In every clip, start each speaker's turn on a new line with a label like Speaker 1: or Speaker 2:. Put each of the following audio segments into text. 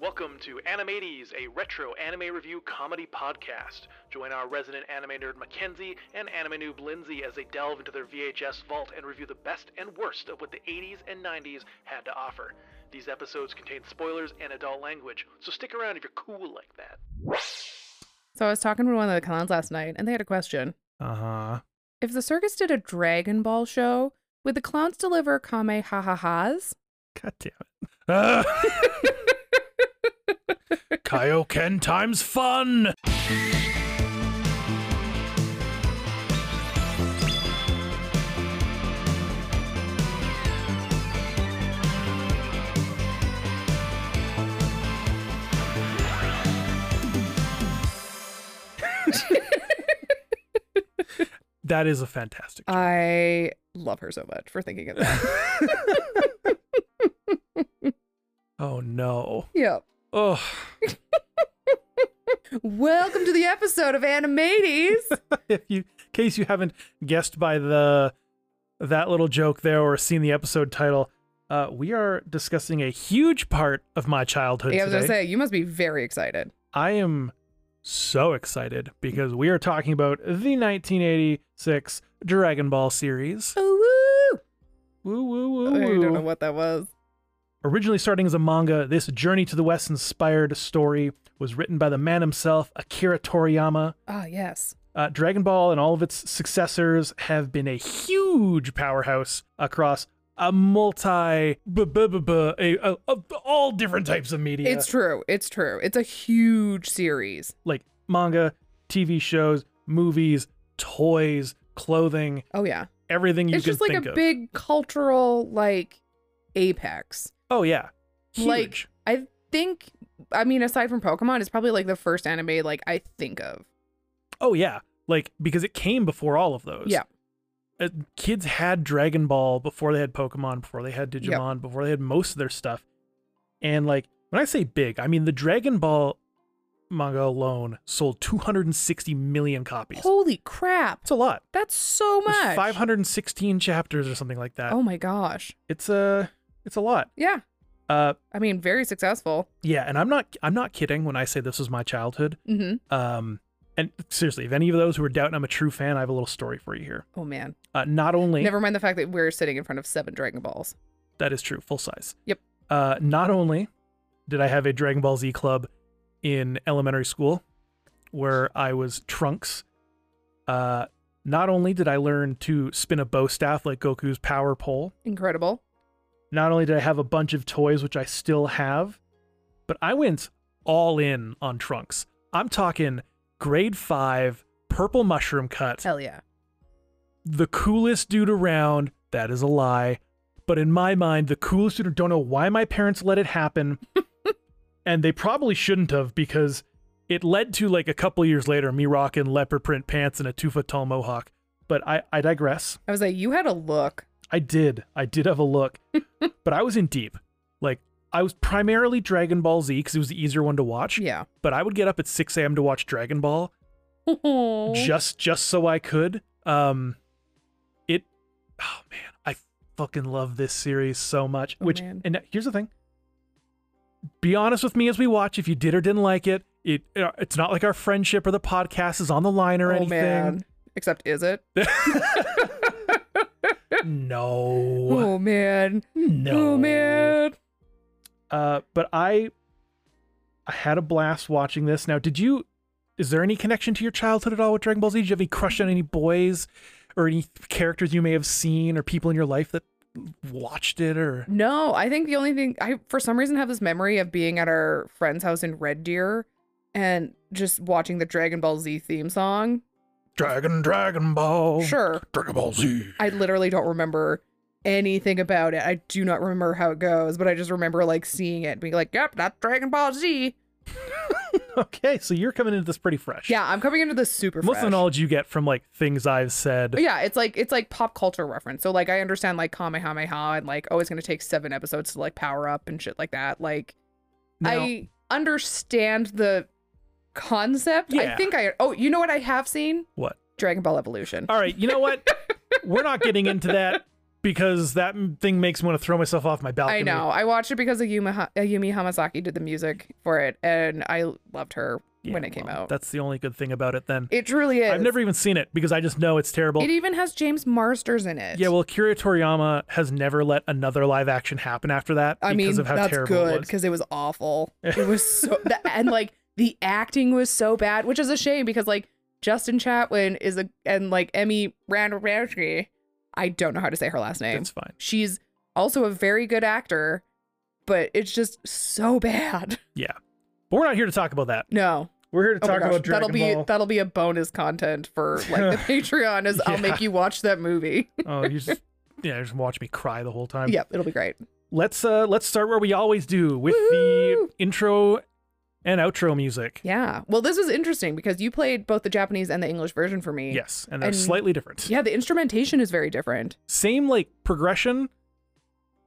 Speaker 1: Welcome to Animates, a retro anime review comedy podcast. Join our resident anime nerd Mackenzie and anime noob Lindsay as they delve into their VHS vault and review the best and worst of what the 80s and 90s had to offer. These episodes contain spoilers and adult language, so stick around if you're cool like that.
Speaker 2: So I was talking to one of the clowns last night, and they had a question.
Speaker 3: Uh huh.
Speaker 2: If the circus did a Dragon Ball show, would the clowns deliver Kame ha ha ha's?
Speaker 3: God damn it. Uh, Kaioken times fun. That is a fantastic. joke.
Speaker 2: I love her so much for thinking of that.
Speaker 3: oh no.
Speaker 2: yep.
Speaker 3: Oh,
Speaker 2: Welcome to the episode of Animates.
Speaker 3: if you, in case you haven't guessed by the that little joke there or seen the episode title, uh, we are discussing a huge part of my childhood
Speaker 2: yeah, I was
Speaker 3: today.
Speaker 2: gonna say you must be very excited.
Speaker 3: I am so excited because we are talking about the 1986 Dragon Ball series.
Speaker 2: Oh,
Speaker 3: Woo woo woo.
Speaker 2: woo! I
Speaker 3: woo.
Speaker 2: don't know what that was.
Speaker 3: Originally starting as a manga, this Journey to the West inspired story was written by the man himself, Akira Toriyama.
Speaker 2: Ah, yes.
Speaker 3: Uh, Dragon Ball and all of its successors have been a huge powerhouse across a multi, bu- bu- bu- bu- a- a- a- all different types of media.
Speaker 2: It's true. It's true. It's a huge series.
Speaker 3: like manga, TV shows, movies, toys, clothing,
Speaker 2: Oh yeah.
Speaker 3: everything you
Speaker 2: it's
Speaker 3: can
Speaker 2: just like
Speaker 3: think
Speaker 2: a
Speaker 3: of.
Speaker 2: big cultural like apex.
Speaker 3: oh yeah,
Speaker 2: Like,
Speaker 3: Huge.
Speaker 2: I think I mean aside from Pokemon, it's probably like the first anime like I think of.
Speaker 3: Oh yeah, like because it came before all of those.
Speaker 2: Yeah.
Speaker 3: Uh, kids had Dragon Ball before they had Pokemon, before they had
Speaker 2: Yep.
Speaker 3: Digimon, before they had most of their stuff. And like when I say big, I mean the Dragon Ball manga alone sold 260 million copies.
Speaker 2: Holy crap.
Speaker 3: That's a lot.
Speaker 2: That's so
Speaker 3: There's
Speaker 2: much.
Speaker 3: 516 chapters or something like that.
Speaker 2: Oh my gosh.
Speaker 3: It's a it's a lot.
Speaker 2: Yeah.
Speaker 3: Uh
Speaker 2: I mean, very successful.
Speaker 3: yeah, and I'm not I'm not kidding when I say this was my childhood.
Speaker 2: hmm
Speaker 3: Um and seriously, if any of those who are doubting I'm a true fan, I have a little story for you here.
Speaker 2: Oh man.
Speaker 3: Uh, not only
Speaker 2: Never mind the fact that we're sitting in front of seven Dragon Balls.
Speaker 3: That is true, full size.
Speaker 2: Yep.
Speaker 3: Uh, not only did I have a Dragon Ball Z club in elementary school where I was Trunks, uh, not only did I learn to spin a bow staff like Goku's power pole,
Speaker 2: Incredible.
Speaker 3: not only did I have a bunch of toys, which I still have, but I went all in on Trunks. I'm talking grade five, purple mushroom cut
Speaker 2: Hell yeah.
Speaker 3: the coolest dude around. That is a lie. But in my mind, the coolest dude, don't know why my parents let it happen. and they probably shouldn't have because it led to like a couple years later, me rocking leopard print pants and a two foot tall mohawk. But I, I digress.
Speaker 2: I was like, you had a look.
Speaker 3: I did. I did have a look, but I was in deep. Like, I was primarily Dragon Ball Z because it was the easier one to watch.
Speaker 2: Yeah.
Speaker 3: But I would get up at 6 a.m. to watch Dragon Ball
Speaker 2: Oh,
Speaker 3: just just so I could. Um it oh man, I fucking love this series so much.
Speaker 2: Oh,
Speaker 3: which
Speaker 2: man.
Speaker 3: and here's the thing. Be honest with me as we watch if you did or didn't like it. It uh, it's not like our friendship or the podcast is on the line or
Speaker 2: oh
Speaker 3: anything.
Speaker 2: man. Except is it?
Speaker 3: no.
Speaker 2: Oh man.
Speaker 3: No.
Speaker 2: Oh man.
Speaker 3: Uh but I I had a blast watching this. Now, did you is there any connection to your childhood at all with Dragon Ball Z? Did you have any crush on any boys or any characters you may have seen or people in your life that watched it or
Speaker 2: No, I think the only thing I for some reason have this memory of being at our friend's house in Red Deer and just watching the Dragon Ball Z theme song.
Speaker 3: Dragon Dragon Ball?
Speaker 2: Sure.
Speaker 3: Dragon Ball Z.
Speaker 2: I literally don't remember anything about it. I do not remember how it goes, but I just remember like seeing it and being like, "Yep, that's Dragon Ball Z."
Speaker 3: Okay, so you're coming into this pretty fresh.
Speaker 2: Yeah, I'm coming into this super
Speaker 3: Most of the
Speaker 2: fresh.
Speaker 3: knowledge you get from like things I've said.
Speaker 2: yeah, it's like it's like pop culture reference. So like I understand like Kamehameha and like oh it's gonna take seven episodes to like power up and shit like that. Like
Speaker 3: Now-
Speaker 2: I understand the concept.
Speaker 3: Yeah.
Speaker 2: I think I oh you know what I have seen
Speaker 3: What? Oh,
Speaker 2: Dragon Ball Evolution.
Speaker 3: All right, you know what? We're not getting into that. because that m- thing makes me want to throw myself off my balcony.
Speaker 2: I know. I watched it because Ayumi, Ha- Ayumi Hamasaki did the music for it, and I loved her
Speaker 3: Yeah,
Speaker 2: when it came
Speaker 3: well,
Speaker 2: out.
Speaker 3: That's the only good thing about it then.
Speaker 2: It truly is.
Speaker 3: I've never even seen it because I just know it's terrible.
Speaker 2: It even has James Marsters in it.
Speaker 3: yeah, well, Akira Toriyama has never let another live action happen after that
Speaker 2: I
Speaker 3: because
Speaker 2: mean,
Speaker 3: of how
Speaker 2: that's
Speaker 3: terrible it
Speaker 2: good
Speaker 3: was.
Speaker 2: because it was awful. It was so the, and like the acting was so bad, which is a shame because like Justin Chatwin is a and like Emmy Randolph. I don't know how to say her last name.
Speaker 3: It's fine.
Speaker 2: She's also a very good actor, but it's just so bad.
Speaker 3: But we're not here to talk about that.
Speaker 2: No,
Speaker 3: We're here to
Speaker 2: Oh my
Speaker 3: talk
Speaker 2: gosh,
Speaker 3: about Dragon
Speaker 2: that'll be
Speaker 3: Ball.
Speaker 2: that'll be a bonus content for like the Patreon. Is I'll
Speaker 3: Yeah.
Speaker 2: make you watch that movie.
Speaker 3: oh, you just yeah, just watch me cry the whole time.
Speaker 2: yep, it'll be great.
Speaker 3: Let's uh let's start where we always do with
Speaker 2: Woohoo!
Speaker 3: the intro and outro music.
Speaker 2: Yeah. Well, this is interesting because you played both the Japanese and the English version for me.
Speaker 3: Yes, and they're
Speaker 2: And-
Speaker 3: slightly different.
Speaker 2: Yeah, the instrumentation is very different.
Speaker 3: Same like progression,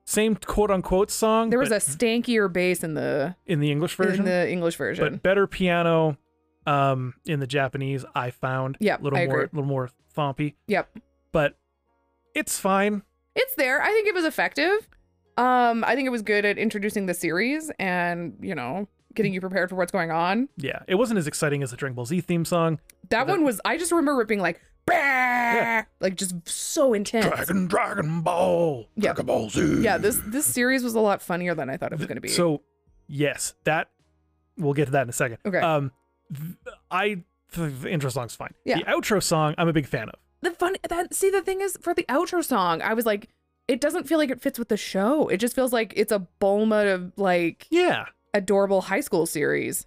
Speaker 3: same quote unquote song.
Speaker 2: There was a
Speaker 3: but
Speaker 2: stankier bass in the
Speaker 3: in the English
Speaker 2: in
Speaker 3: version,
Speaker 2: the English version.
Speaker 3: but better piano um in the Japanese I found.
Speaker 2: Yeah,
Speaker 3: a little
Speaker 2: I
Speaker 3: more
Speaker 2: agree.
Speaker 3: little more thumpy,
Speaker 2: yep.
Speaker 3: but it's fine.
Speaker 2: It's there. I think it was effective. Um, I think it was good at introducing the series and, you know, getting you prepared for what's going on.
Speaker 3: Yeah, it wasn't as exciting as the Dragon Ball Z theme song.
Speaker 2: That
Speaker 3: The-
Speaker 2: one was I just remember it being like "Bah!" like just so intense.
Speaker 3: Dragon Dragon Ball.
Speaker 2: Yeah.
Speaker 3: Dragon Ball Z.
Speaker 2: Yeah, this this series was a lot funnier than I thought it was going to be.
Speaker 3: So, yes, that we'll get to that in a second.
Speaker 2: Okay.
Speaker 3: Um, th- I th- the intro song's fine.
Speaker 2: Yeah.
Speaker 3: The outro song, I'm a big fan of.
Speaker 2: the fun that see the thing is for the outro song, I was like it doesn't feel like it fits with the show. It just feels like it's a Bulma of like
Speaker 3: Yeah.
Speaker 2: adorable high school series.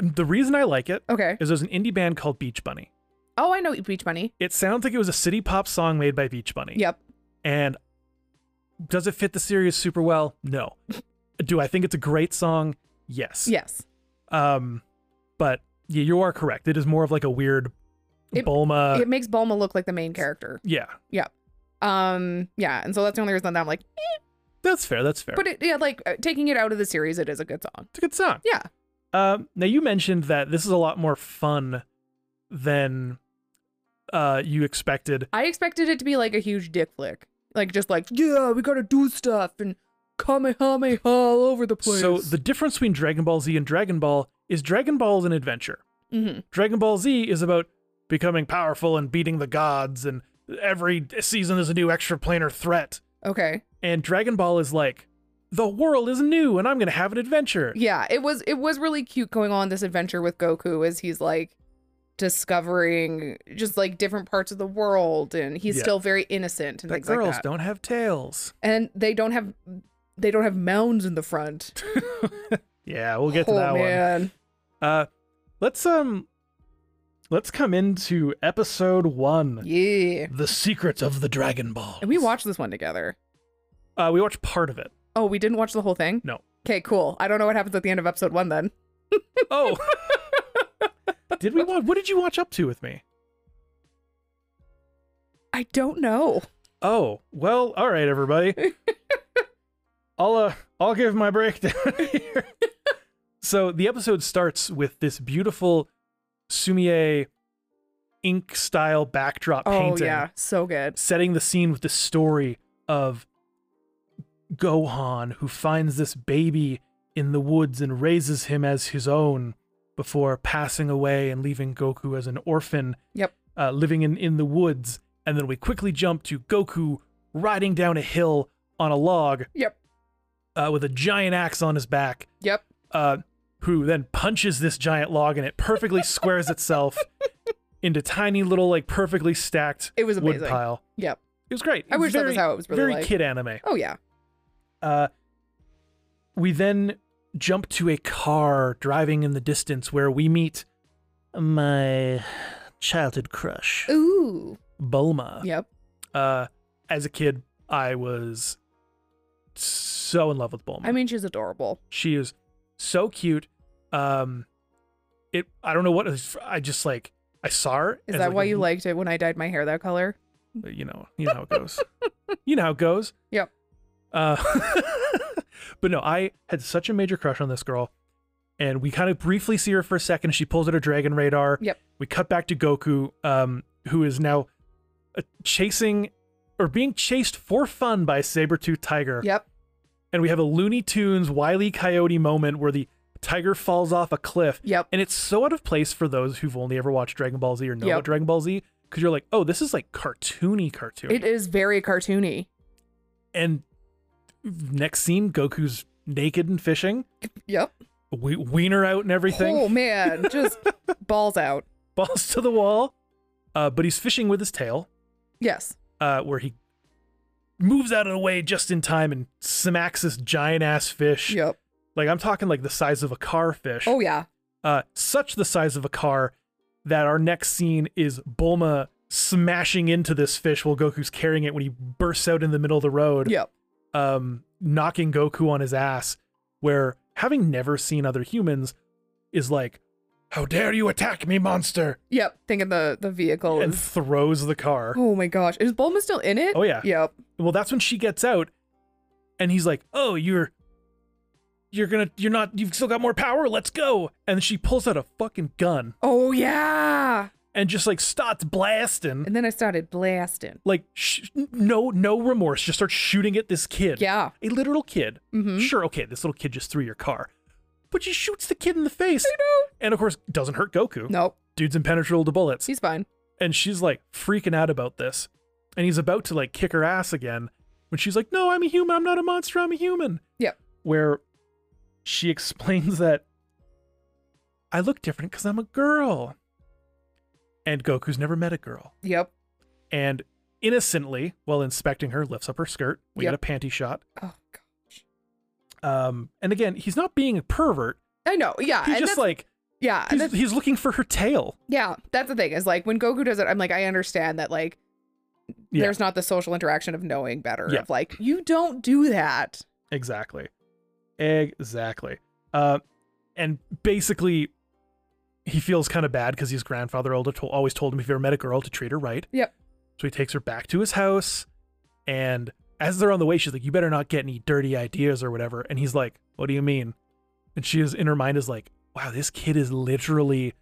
Speaker 3: The reason I like it
Speaker 2: Okay.
Speaker 3: is there's an indie band called Beach Bunny.
Speaker 2: Oh, I know Beach Bunny.
Speaker 3: It sounds like it was a city pop song made by Beach Bunny.
Speaker 2: Yep.
Speaker 3: And does it fit the series super well? No. Do I think it's a great song? Yes.
Speaker 2: Yes.
Speaker 3: Um, but yeah, you are correct. It is more of like a weird
Speaker 2: It-
Speaker 3: Bulma.
Speaker 2: it makes Bulma look like the main character.
Speaker 3: yeah.
Speaker 2: Um. Yeah. And so that's the only reason that I'm like,
Speaker 3: That's fair. That's fair.
Speaker 2: but it, yeah, like uh, taking it out of the series, it is a good song.
Speaker 3: it's a good song.
Speaker 2: Yeah.
Speaker 3: Um, now you mentioned that this is a lot more fun than uh, you expected.
Speaker 2: I expected it to be like a huge dick flick, like just like yeah, we gotta do stuff and kamehameha all over the place.
Speaker 3: So the difference between Dragon Ball Z and Dragon Ball is Dragon Ball is an adventure.
Speaker 2: Mhm.
Speaker 3: Dragon Ball Z is about becoming powerful and beating the gods, and every season there's a new extraplanar threat.
Speaker 2: okay,
Speaker 3: And Dragon Ball is like, the world is new, and I'm gonna have an adventure.
Speaker 2: yeah, it was it was really cute going on this adventure with Goku as he's like discovering just like different parts of the world, and he's
Speaker 3: Yeah.
Speaker 2: still very innocent and
Speaker 3: The
Speaker 2: things
Speaker 3: girls
Speaker 2: like that.
Speaker 3: don't have tails.
Speaker 2: and they don't have they don't have mounds in the front.
Speaker 3: Yeah, we'll get
Speaker 2: oh
Speaker 3: to that one.
Speaker 2: man.
Speaker 3: Uh, let's um, let's come into episode one,
Speaker 2: Yeah.
Speaker 3: the secret of the Dragon Ball.
Speaker 2: And we watched this one together.
Speaker 3: Uh, we watched part of it.
Speaker 2: Oh, we didn't watch the whole thing?
Speaker 3: No.
Speaker 2: Okay, cool. I don't know what happens at the end of episode one then.
Speaker 3: Oh, did we watch? What did you watch up to with me?
Speaker 2: I don't know.
Speaker 3: Oh, well, all right, everybody. I'll uh, I'll give my breakdown here. so the episode starts with this beautiful Sumie ink style backdrop
Speaker 2: Oh,
Speaker 3: painting.
Speaker 2: yeah. So good.
Speaker 3: setting the scene with the story of Gohan, who finds this baby in the woods and raises him as his own before passing away and leaving Goku as an orphan
Speaker 2: Yep.
Speaker 3: uh, living in, in the woods. And then we quickly jump to Goku riding down a hill on a log
Speaker 2: Yep.
Speaker 3: uh, with a giant axe on his back,
Speaker 2: Yep.
Speaker 3: uh, who then punches this giant log and it perfectly squares itself into tiny little, like perfectly stacked
Speaker 2: It was
Speaker 3: wood
Speaker 2: amazing.
Speaker 3: pile.
Speaker 2: Yep.
Speaker 3: It was great.
Speaker 2: I
Speaker 3: It
Speaker 2: wish that was how it was really
Speaker 3: very
Speaker 2: like.
Speaker 3: kid anime.
Speaker 2: Oh, yeah.
Speaker 3: Uh, we then jump to a car driving in the distance where we meet my childhood crush,
Speaker 2: Ooh.
Speaker 3: Bulma.
Speaker 2: Yep.
Speaker 3: Uh, as a kid, I was so in love with Bulma.
Speaker 2: I mean, she's adorable.
Speaker 3: she is so cute. Um, it. I don't know what. I just like. I saw her.
Speaker 2: Is
Speaker 3: as,
Speaker 2: that why
Speaker 3: a
Speaker 2: you liked it when I dyed my hair that color?
Speaker 3: but you know, you know how it goes. you know how it goes.
Speaker 2: Yep.
Speaker 3: Uh, but no, I had such a major crush on this girl, and we kind of briefly see her for a second. She pulls out her dragon radar.
Speaker 2: Yep.
Speaker 3: We cut back to Goku, um, who is now uh, chasing or being chased for fun by a saber-toothed tiger.
Speaker 2: Yep.
Speaker 3: And we have a Looney Tunes Wile E. Coyote moment where the tiger falls off a cliff.
Speaker 2: Yep.
Speaker 3: And it's so out of place for those who've only ever watched Dragon Ball Z or know
Speaker 2: Yep.
Speaker 3: about Dragon Ball Z, because you're like, oh, this is like cartoony cartoon.
Speaker 2: It is very cartoony.
Speaker 3: and next scene, Goku's naked and fishing,
Speaker 2: Yep.
Speaker 3: we- wiener out and everything.
Speaker 2: Oh man, just balls out.
Speaker 3: balls to the wall. Uh, but he's fishing with his tail,
Speaker 2: Yes.
Speaker 3: uh, where he moves out of the way just in time and smacks this giant ass fish.
Speaker 2: Yep.
Speaker 3: Like I'm talking like the size of a car fish.
Speaker 2: Oh yeah.
Speaker 3: Uh, such the size of a car that our next scene is Bulma smashing into this fish while Goku's carrying it when he bursts out in the middle of the road,
Speaker 2: Yep.
Speaker 3: um, knocking Goku on his ass. Where having never seen other humans is like, how dare you attack me, monster!
Speaker 2: Yep. Thinking the the vehicle
Speaker 3: And
Speaker 2: is.
Speaker 3: throws the car.
Speaker 2: Oh my gosh, is Bulma still in it?
Speaker 3: Oh, yeah.
Speaker 2: Yep.
Speaker 3: well that's when she gets out and he's like oh you're you're gonna you're not you've still got more power let's go and she pulls out a fucking gun
Speaker 2: Oh yeah.
Speaker 3: and just like starts blasting
Speaker 2: And then I started blasting.
Speaker 3: like sh- no no remorse just starts shooting at this kid
Speaker 2: Yeah.
Speaker 3: a literal kid
Speaker 2: Mm-hmm.
Speaker 3: sure okay this little kid just threw your car but she shoots the kid in the face
Speaker 2: I
Speaker 3: and of course doesn't hurt goku
Speaker 2: know. Nope.
Speaker 3: dude's impenetrable to bullets
Speaker 2: She's fine.
Speaker 3: and she's like freaking out about this and he's about to like kick her ass again when she's like no i'm a human i'm not a monster i'm a human
Speaker 2: Yep.
Speaker 3: where she explains that i look different because i'm a girl and goku's never met a girl
Speaker 2: Yep.
Speaker 3: and innocently while inspecting her lifts up her skirt we
Speaker 2: Yep.
Speaker 3: get a panty shot
Speaker 2: Oh god.
Speaker 3: um and again he's not being a pervert
Speaker 2: I know. Yeah.
Speaker 3: he's
Speaker 2: and
Speaker 3: just
Speaker 2: that's-
Speaker 3: like
Speaker 2: yeah. and
Speaker 3: he's,
Speaker 2: that's-
Speaker 3: he's looking for her tail
Speaker 2: yeah. That's the thing is like when Goku does it, I'm like I understand that like
Speaker 3: Yeah.
Speaker 2: there's not the social interaction of knowing better
Speaker 3: Yeah.
Speaker 2: of like you don't do that.
Speaker 3: Exactly. Exactly. Uh, and basically, he feels kind of bad because his grandfather alda- to- always told him if you ever met a girl to treat her right.
Speaker 2: Yep.
Speaker 3: So he takes her back to his house. And as they're on the way, she's like, You better not get any dirty ideas or whatever. And he's like, What do you mean? And she is in her mind is like, Wow, this kid is literally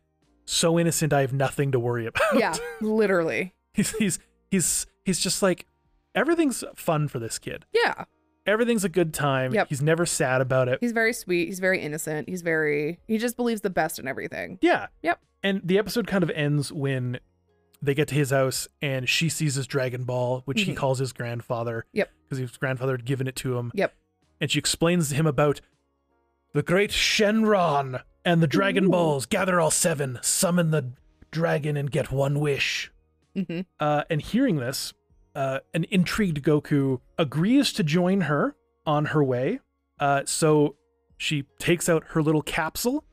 Speaker 3: so innocent. I have nothing to worry about.
Speaker 2: Yeah. literally.
Speaker 3: he's, he's, he's, he's just like, Everything's fun for this kid.
Speaker 2: Yeah.
Speaker 3: Everything's a good time.
Speaker 2: Yep.
Speaker 3: He's never sad about it.
Speaker 2: He's very sweet. He's very innocent. He's very he just believes the best in everything.
Speaker 3: Yeah.
Speaker 2: Yep.
Speaker 3: And the episode kind of ends when they get to his house and she sees his Dragon Ball, which he
Speaker 2: Mhm.
Speaker 3: calls his grandfather.
Speaker 2: Yep.
Speaker 3: Because his grandfather had given it to him.
Speaker 2: Yep.
Speaker 3: And she explains to him about the great Shenron and the Dragon
Speaker 2: Ooh.
Speaker 3: Balls. Gather all seven, summon the dragon, and get one wish.
Speaker 2: Mm-hmm.
Speaker 3: Uh, and hearing this, uh, an intrigued Goku agrees to join her on her way. Uh, so she takes out her little capsule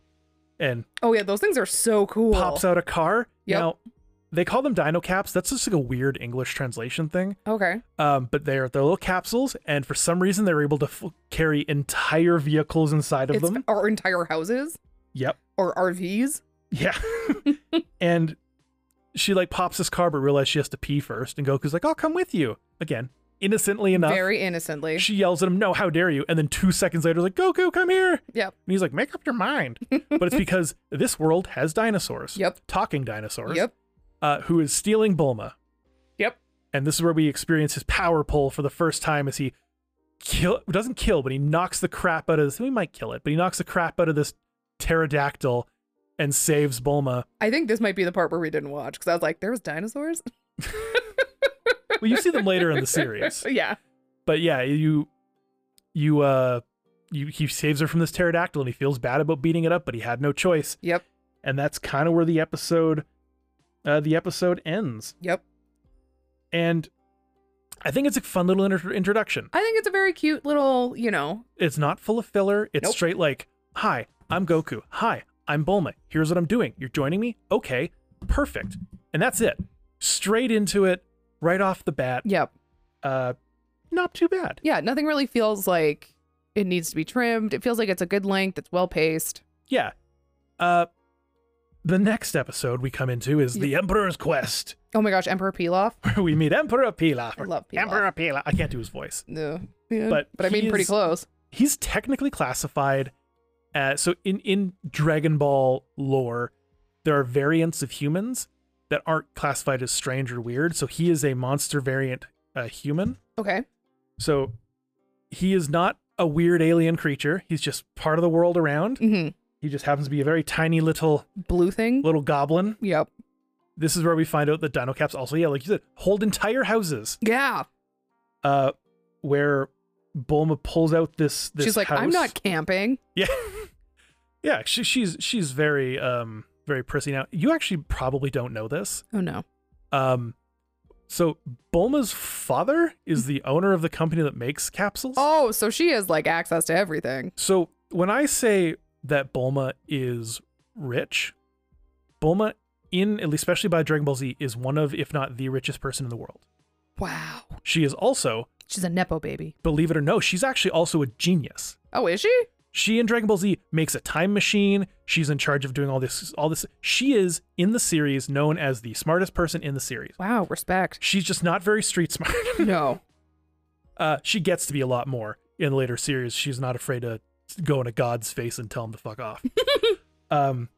Speaker 3: and
Speaker 2: Oh yeah, those things are so cool.
Speaker 3: pops out a car.
Speaker 2: Yep.
Speaker 3: Now, they call them dino caps. That's just like a weird English translation thing.
Speaker 2: Okay.
Speaker 3: Um, but they're they're little capsules, and for some reason they're able to f- carry entire vehicles inside of
Speaker 2: It's
Speaker 3: them.
Speaker 2: our entire houses
Speaker 3: Yep.
Speaker 2: or RVs.
Speaker 3: Yeah. and she like pops this car, but realizes she has to pee first. And Goku's like, "I'll come with you." Again, innocently enough,
Speaker 2: Very innocently.
Speaker 3: she yells at him, "No, how dare you!" And then two seconds later, like, "Goku, come here!"
Speaker 2: Yep.
Speaker 3: And he's like, "Make up your mind." but it's because this world has dinosaurs.
Speaker 2: Yep.
Speaker 3: Talking dinosaurs.
Speaker 2: Yep.
Speaker 3: uh, who is stealing Bulma.
Speaker 2: Yep.
Speaker 3: And this is where we experience his power pull for the first time as he kill doesn't kill, but he knocks the crap out of this. We might kill it, but he knocks the crap out of this pterodactyl and saves Bulma.
Speaker 2: I think this might be the part where we didn't watch because I was like, there was dinosaurs.
Speaker 3: Well, you see them later in the series,
Speaker 2: yeah.
Speaker 3: but yeah, you you uh you he saves her from this pterodactyl and he feels bad about beating it up, but he had no choice,
Speaker 2: Yep.
Speaker 3: and that's kind of where the episode uh, the episode ends.
Speaker 2: Yep.
Speaker 3: And I think it's a fun little inter- introduction.
Speaker 2: I think it's a very cute little, you know.
Speaker 3: It's not full of filler. It's
Speaker 2: Nope.
Speaker 3: straight like, hi, I'm Goku. Hi, I'm Bulma. Here's what I'm doing. You're joining me? Okay, perfect. And that's it. Straight into it, right off the bat.
Speaker 2: Yep.
Speaker 3: Uh, not too bad.
Speaker 2: Yeah. Nothing really feels like it needs to be trimmed. It feels like it's a good length. It's well paced.
Speaker 3: Yeah. Uh, the next episode we come into is The Emperor's Quest,
Speaker 2: Oh my gosh, Emperor Pilaf.
Speaker 3: where we meet Emperor Pilaf.
Speaker 2: I love Pilaf.
Speaker 3: Emperor Pilaf. I can't do his voice.
Speaker 2: No. Yeah.
Speaker 3: But
Speaker 2: but I mean,
Speaker 3: he
Speaker 2: pretty
Speaker 3: is-
Speaker 2: close.
Speaker 3: He's technically classified. Uh, so in in Dragon Ball lore, there are variants of humans that aren't classified as strange or weird. So he is a monster variant a human.
Speaker 2: Okay.
Speaker 3: So he is not a weird alien creature. He's just part of the world around.
Speaker 2: hmm
Speaker 3: He just happens to be a very tiny little
Speaker 2: Blue thing.
Speaker 3: little goblin.
Speaker 2: Yep.
Speaker 3: This is where we find out that dino caps also, yeah, like you said, hold entire houses.
Speaker 2: Yeah.
Speaker 3: Uh where Bulma pulls out this this
Speaker 2: She's like, I'm
Speaker 3: house."
Speaker 2: not camping.
Speaker 3: Yeah. yeah, she, she's she's very um very prissy now. You actually probably don't know this.
Speaker 2: Oh no.
Speaker 3: Um so Bulma's father is the owner of the company that makes capsules.
Speaker 2: Oh, so she has like access to everything.
Speaker 3: So when I say that Bulma is rich, Bulma in at least especially by Dragon Ball Z is one of if not the richest person in the world.
Speaker 2: Wow.
Speaker 3: She is also,
Speaker 2: She's a nepo baby.
Speaker 3: believe it or no, she's actually also a genius.
Speaker 2: Oh, is she?
Speaker 3: She in Dragon Ball Z makes a time machine. She's in charge of doing all this all this. She is in the series known as the smartest person in the series.
Speaker 2: Wow. Respect.
Speaker 3: She's just not very street smart.
Speaker 2: no.
Speaker 3: uh, she gets to be a lot more in the later series. She's not afraid to go into God's face and tell him to fuck off. um,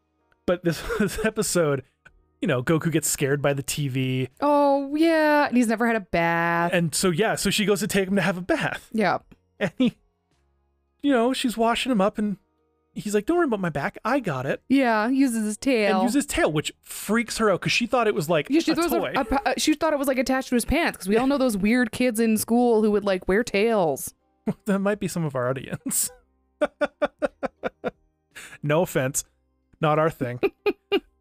Speaker 3: but this, this episode, you know, Goku gets scared by the TV,
Speaker 2: Oh yeah. And he's never had a bath.
Speaker 3: and so yeah, so she goes to take him to have a bath,
Speaker 2: yeah.
Speaker 3: and he, you know, she's washing him up, and he's like, "Don't worry about my back, I got it,"
Speaker 2: Yeah. Uses his tail.
Speaker 3: and uses his tail, which freaks her out because she thought it was like
Speaker 2: yeah, she,
Speaker 3: a
Speaker 2: throws a-
Speaker 3: toy.
Speaker 2: a pa- uh, she thought it was like attached to his pants because we all know those weird kids in school who would like wear tails.
Speaker 3: that might be some of our audience. no offense, not our thing.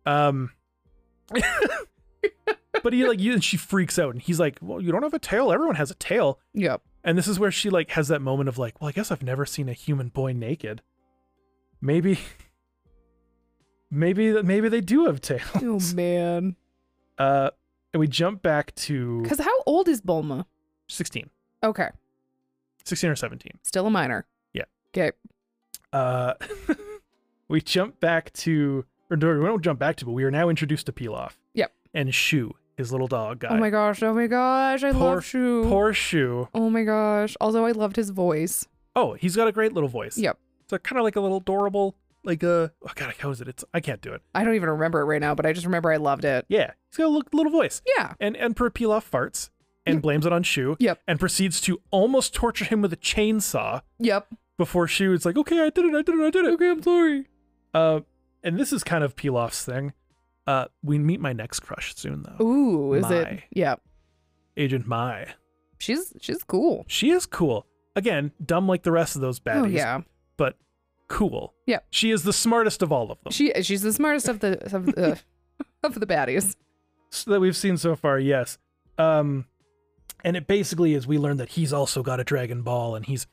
Speaker 3: um, but he like you and she freaks out, and he's like, "Well, you don't have a tail. Everyone has a tail."
Speaker 2: Yep.
Speaker 3: And this is where she like has that moment of like, "Well, I guess I've never seen a human boy naked. Maybe, maybe maybe they do have
Speaker 2: Oh
Speaker 3: tails."
Speaker 2: man.
Speaker 3: Uh, and we jump back to
Speaker 2: Because how old is Bulma?
Speaker 3: 16,
Speaker 2: Okay.
Speaker 3: 16 or 17.
Speaker 2: Still a minor.
Speaker 3: Yeah.
Speaker 2: Okay.
Speaker 3: uh we jump back to or no, we don't jump back to but we are now introduced to Pilaf.
Speaker 2: Yep.
Speaker 3: And Shu, his little dog guy.
Speaker 2: Oh my gosh. Oh my gosh. I
Speaker 3: Poor-
Speaker 2: love Shu.
Speaker 3: Poor Shu.
Speaker 2: Oh my gosh. Also, I loved his voice.
Speaker 3: Oh, he's got a great little voice.
Speaker 2: Yep.
Speaker 3: So kind of like a little adorable like a oh god, how is it? It's I can't do it.
Speaker 2: I don't even remember it right now, but I just remember I loved it.
Speaker 3: Yeah. He's got a li- little voice.
Speaker 2: Yeah.
Speaker 3: And Emperor Pilaf farts and blames it on Shu
Speaker 2: Yep.
Speaker 3: and proceeds to almost torture him with a chainsaw
Speaker 2: Yep.
Speaker 3: before Shu is like, "Okay, I did it. I did it. I did it."
Speaker 2: Okay, I'm sorry.
Speaker 3: Uh and this is kind of Pilaf's thing. Uh we meet my next crush soon though.
Speaker 2: Ooh, is it?
Speaker 3: My.
Speaker 2: Yeah.
Speaker 3: Agent Mai.
Speaker 2: She's she's cool.
Speaker 3: She is cool. Again, dumb like the rest of those baddies,
Speaker 2: Oh yeah.
Speaker 3: but cool.
Speaker 2: Yeah.
Speaker 3: She is the smartest of all of them
Speaker 2: She she's the smartest of the of the of the baddies.
Speaker 3: s- that we've seen so far. Yes. Um, and it basically is we learn that he's also got a Dragon Ball and he's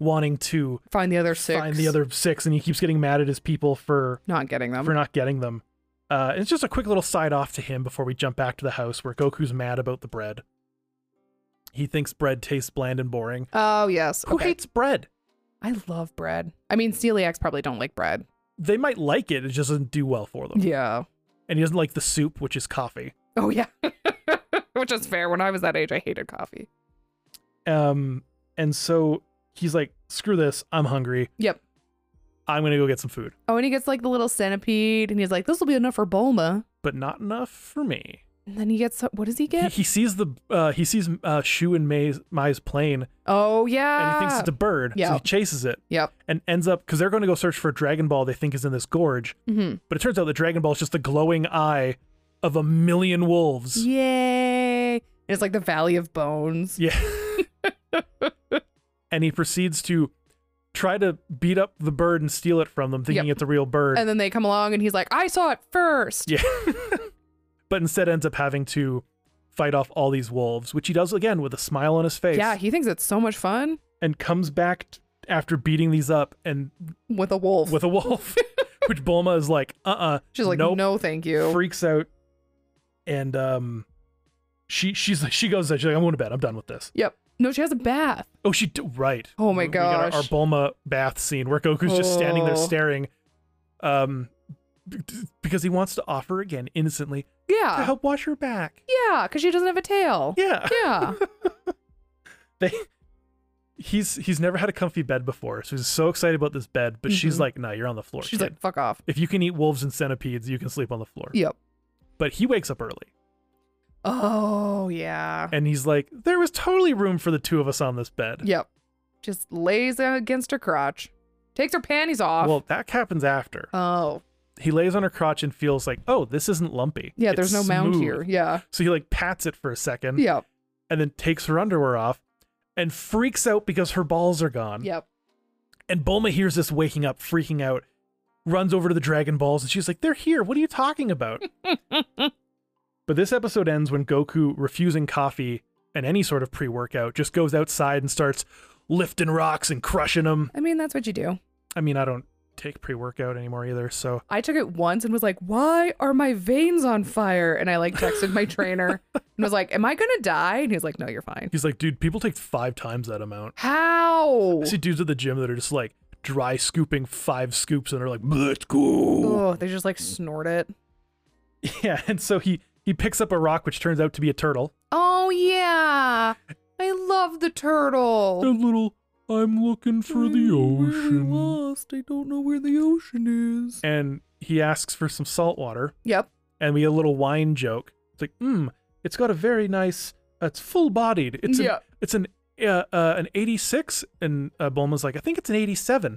Speaker 3: wanting to
Speaker 2: Find the other six.
Speaker 3: find the other six, and he keeps getting mad at his people for
Speaker 2: Not getting them.
Speaker 3: for not getting them. Uh, it's just a quick little side off to him before we jump back to the house where Goku's mad about the bread. He thinks bread tastes bland and boring.
Speaker 2: Oh yes.
Speaker 3: Who
Speaker 2: okay.
Speaker 3: hates bread?
Speaker 2: I love bread. I mean, celiacs probably don't like bread.
Speaker 3: They might like it, it just doesn't do well for them.
Speaker 2: Yeah.
Speaker 3: and he doesn't like the soup, which is coffee.
Speaker 2: Oh yeah. Which is fair. When I was that age, I hated coffee.
Speaker 3: Um, and so he's like, "Screw this! I'm hungry.
Speaker 2: Yep.
Speaker 3: I'm gonna go get some food."
Speaker 2: Oh, and he gets like the little centipede, and he's like, "This will be enough for Bulma."
Speaker 3: But not enough for me.
Speaker 2: And then he gets what does he
Speaker 3: He,
Speaker 2: get?
Speaker 3: he sees the uh, he sees uh, Shu and May's, Mai's plane,
Speaker 2: oh
Speaker 3: and
Speaker 2: yeah.
Speaker 3: he thinks it's a bird, so
Speaker 2: Yeah.
Speaker 3: he chases it
Speaker 2: yep.
Speaker 3: and ends up because they're going to go search for a Dragon Ball they think is in this gorge,
Speaker 2: hmm
Speaker 3: but it turns out the Dragon Ball is just the glowing eye of a million wolves.
Speaker 2: Yay! And it's like the Valley of Bones.
Speaker 3: Yeah. and he proceeds to try to beat up the bird and steal it from them, thinking
Speaker 2: Yep.
Speaker 3: it's a real bird.
Speaker 2: And then they come along, and he's like, "I saw it first.
Speaker 3: Yeah. but instead ends up having to fight off all these wolves, which he does again with a smile on his face.
Speaker 2: Yeah, he thinks it's so much fun
Speaker 3: And comes back t- after beating these up and
Speaker 2: with a wolf.
Speaker 3: with a wolf, which Bulma is like, uh uh
Speaker 2: She's like,
Speaker 3: nope,
Speaker 2: "No, thank you."
Speaker 3: freaks out. And um she she's like she goes she's like, I'm going to bed, I'm done with this.
Speaker 2: yep. No, she has a bath.
Speaker 3: Oh she d- right.
Speaker 2: Oh my
Speaker 3: We got our, our
Speaker 2: gosh.
Speaker 3: Bulma bath scene where Goku's just standing there
Speaker 2: Oh.
Speaker 3: staring. Um b- d- because he wants to offer again innocently to
Speaker 2: Yeah.
Speaker 3: help wash her back.
Speaker 2: Yeah, because she doesn't have a tail.
Speaker 3: Yeah.
Speaker 2: Yeah.
Speaker 3: they he's he's never had a comfy bed before so he's so excited about this bed but she's
Speaker 2: Mhm.
Speaker 3: like no you're on the floor
Speaker 2: She's
Speaker 3: kid.
Speaker 2: like, "Fuck off."
Speaker 3: if you can eat wolves and centipedes you can sleep on the floor
Speaker 2: Yep.
Speaker 3: but he wakes up early
Speaker 2: Oh yeah.
Speaker 3: And he's like, there was totally room for the two of us on this bed.
Speaker 2: Yep. Just lays against her crotch, takes her panties off.
Speaker 3: Well, that happens after.
Speaker 2: oh
Speaker 3: He lays on her crotch and feels like, oh, this isn't lumpy.
Speaker 2: yeah.
Speaker 3: It's
Speaker 2: There's no mound
Speaker 3: smooth." Mm.
Speaker 2: here. Yeah.
Speaker 3: So he like pats it for a second
Speaker 2: Yep.
Speaker 3: and then takes her underwear off and freaks out because her balls are gone.
Speaker 2: Yep.
Speaker 3: And Bulma hears this waking up, freaking out, runs over to the Dragon Balls, and she's like, They're here. What are you talking about? but this episode ends when Goku, refusing coffee and any sort of pre workout, just goes outside and starts lifting rocks and crushing them.
Speaker 2: I mean, that's what you do.
Speaker 3: I mean, I don't take pre workout anymore either. So
Speaker 2: I took it once and was like, "Why are my veins on fire?" And I like texted my trainer and was like, "Am I gonna die?" And he was like, "No, you're fine."
Speaker 3: he's like, Dude, people take five times that amount.
Speaker 2: How?
Speaker 3: I see dudes at the gym that are just like dry scooping five scoops and are like, Let's go.
Speaker 2: Oh, they just like snort it.
Speaker 3: Yeah. And so he, he picks up a rock, which turns out to be a turtle.
Speaker 2: Oh yeah, I love the turtle.
Speaker 3: A little, I'm looking for the ocean.
Speaker 2: lost. I don't know where the ocean is.
Speaker 3: And he asks for some salt water,
Speaker 2: Yep.
Speaker 3: and we get a little wine joke. It's like, hmm, it's got a very nice, it's full bodied. It's
Speaker 2: Yeah.
Speaker 3: an, it's an, uh, uh, an 86. And uh, Bulma's like, I think it's an 87.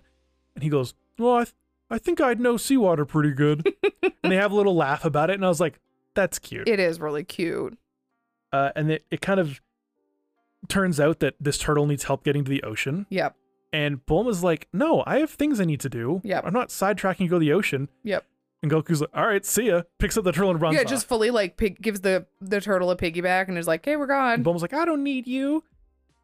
Speaker 3: And he goes, well, I, th- I think I'd know seawater pretty good. and they have a little laugh about it. And I was like, that's cute.
Speaker 2: It is really cute.
Speaker 3: uh, and it, it kind of turns out that this turtle needs help getting to the ocean.
Speaker 2: Yep.
Speaker 3: And Bulma's like, no, I have things I need to do.
Speaker 2: Yep.
Speaker 3: I'm not sidetracking you to go to the ocean.
Speaker 2: Yep.
Speaker 3: And Goku's like, all right, see ya. Picks up the turtle and runs
Speaker 2: yeah,
Speaker 3: off.
Speaker 2: just fully like pig- gives the the turtle a piggyback and is like, "Hey, we're
Speaker 3: And
Speaker 2: gone."
Speaker 3: Bulma's like, I don't need you.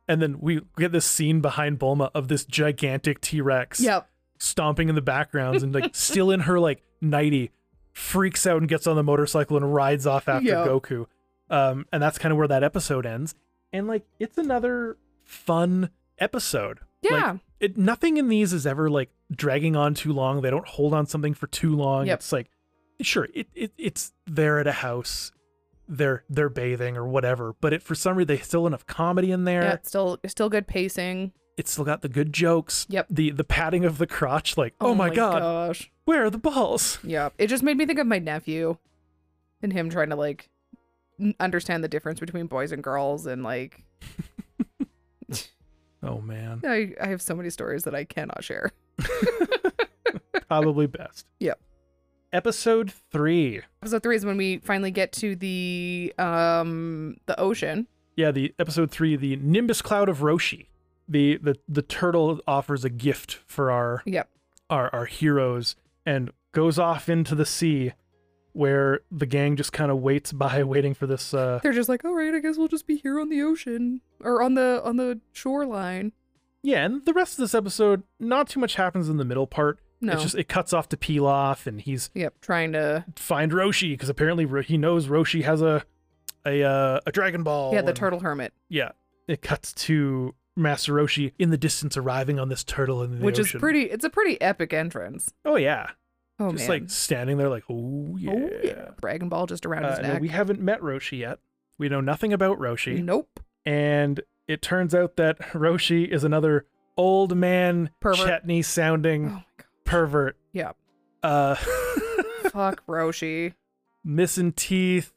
Speaker 3: And then we get this scene behind Bulma of this gigantic T-Rex
Speaker 2: Yep.
Speaker 3: stomping in the backgrounds and like still in her like nighty, freaks out and gets on the motorcycle and rides off after
Speaker 2: Yep.
Speaker 3: Goku. Um, and that's kind of where that episode ends. And like, it's another fun episode. Like,
Speaker 2: Yeah.
Speaker 3: it nothing in these is ever like dragging on too long. They don't hold on something for too long.
Speaker 2: Yep.
Speaker 3: It's like sure, it, it it's there at a house. They're they're bathing or whatever, but it for some reason they still enough comedy in there.
Speaker 2: yeah. It's still it's still good pacing.
Speaker 3: It's still got the good jokes.
Speaker 2: Yep.
Speaker 3: The the patting of the crotch, like, oh, my, god,
Speaker 2: Gosh.
Speaker 3: where are the balls?
Speaker 2: Yep. It just made me think of my nephew and him trying to like n- understand the difference between boys and girls and like
Speaker 3: Oh man.
Speaker 2: I, I have so many stories that I cannot share.
Speaker 3: Probably best.
Speaker 2: Yep.
Speaker 3: Episode three.
Speaker 2: Episode three is when we finally get to the um the ocean.
Speaker 3: Yeah, the episode three, the Nimbus Cloud of Roshi. The the the turtle offers a gift for our
Speaker 2: Yep.
Speaker 3: our, our heroes and goes off into the sea where the gang just kind of waits by waiting for this uh
Speaker 2: They're just like, all right, I guess we'll just be here on the ocean or on the on the shoreline.
Speaker 3: yeah and the rest of this episode not too much happens in the middle part
Speaker 2: No.
Speaker 3: it's just it cuts off to pilaf and he's
Speaker 2: Yep, trying to
Speaker 3: find roshi because apparently Ro- he knows roshi has a a uh, a dragon ball
Speaker 2: yeah the
Speaker 3: and-
Speaker 2: turtle hermit,
Speaker 3: yeah it cuts to master roshi in the distance arriving on this turtle in the
Speaker 2: which
Speaker 3: ocean.
Speaker 2: is pretty. It's a pretty epic entrance.
Speaker 3: oh yeah
Speaker 2: Oh
Speaker 3: just
Speaker 2: man,
Speaker 3: like standing there like oh yeah,
Speaker 2: oh yeah, Dragon Ball just around
Speaker 3: Uh,
Speaker 2: his
Speaker 3: no,
Speaker 2: neck. Mm.
Speaker 3: we haven't met roshi yet we know nothing about roshi
Speaker 2: Nope,
Speaker 3: and it turns out that Roshi is another old man
Speaker 2: Pervert.
Speaker 3: chutney
Speaker 2: oh
Speaker 3: sounding
Speaker 2: my god,
Speaker 3: pervert.
Speaker 2: Yeah.
Speaker 3: Uh
Speaker 2: fuck Roshi.
Speaker 3: missing teeth.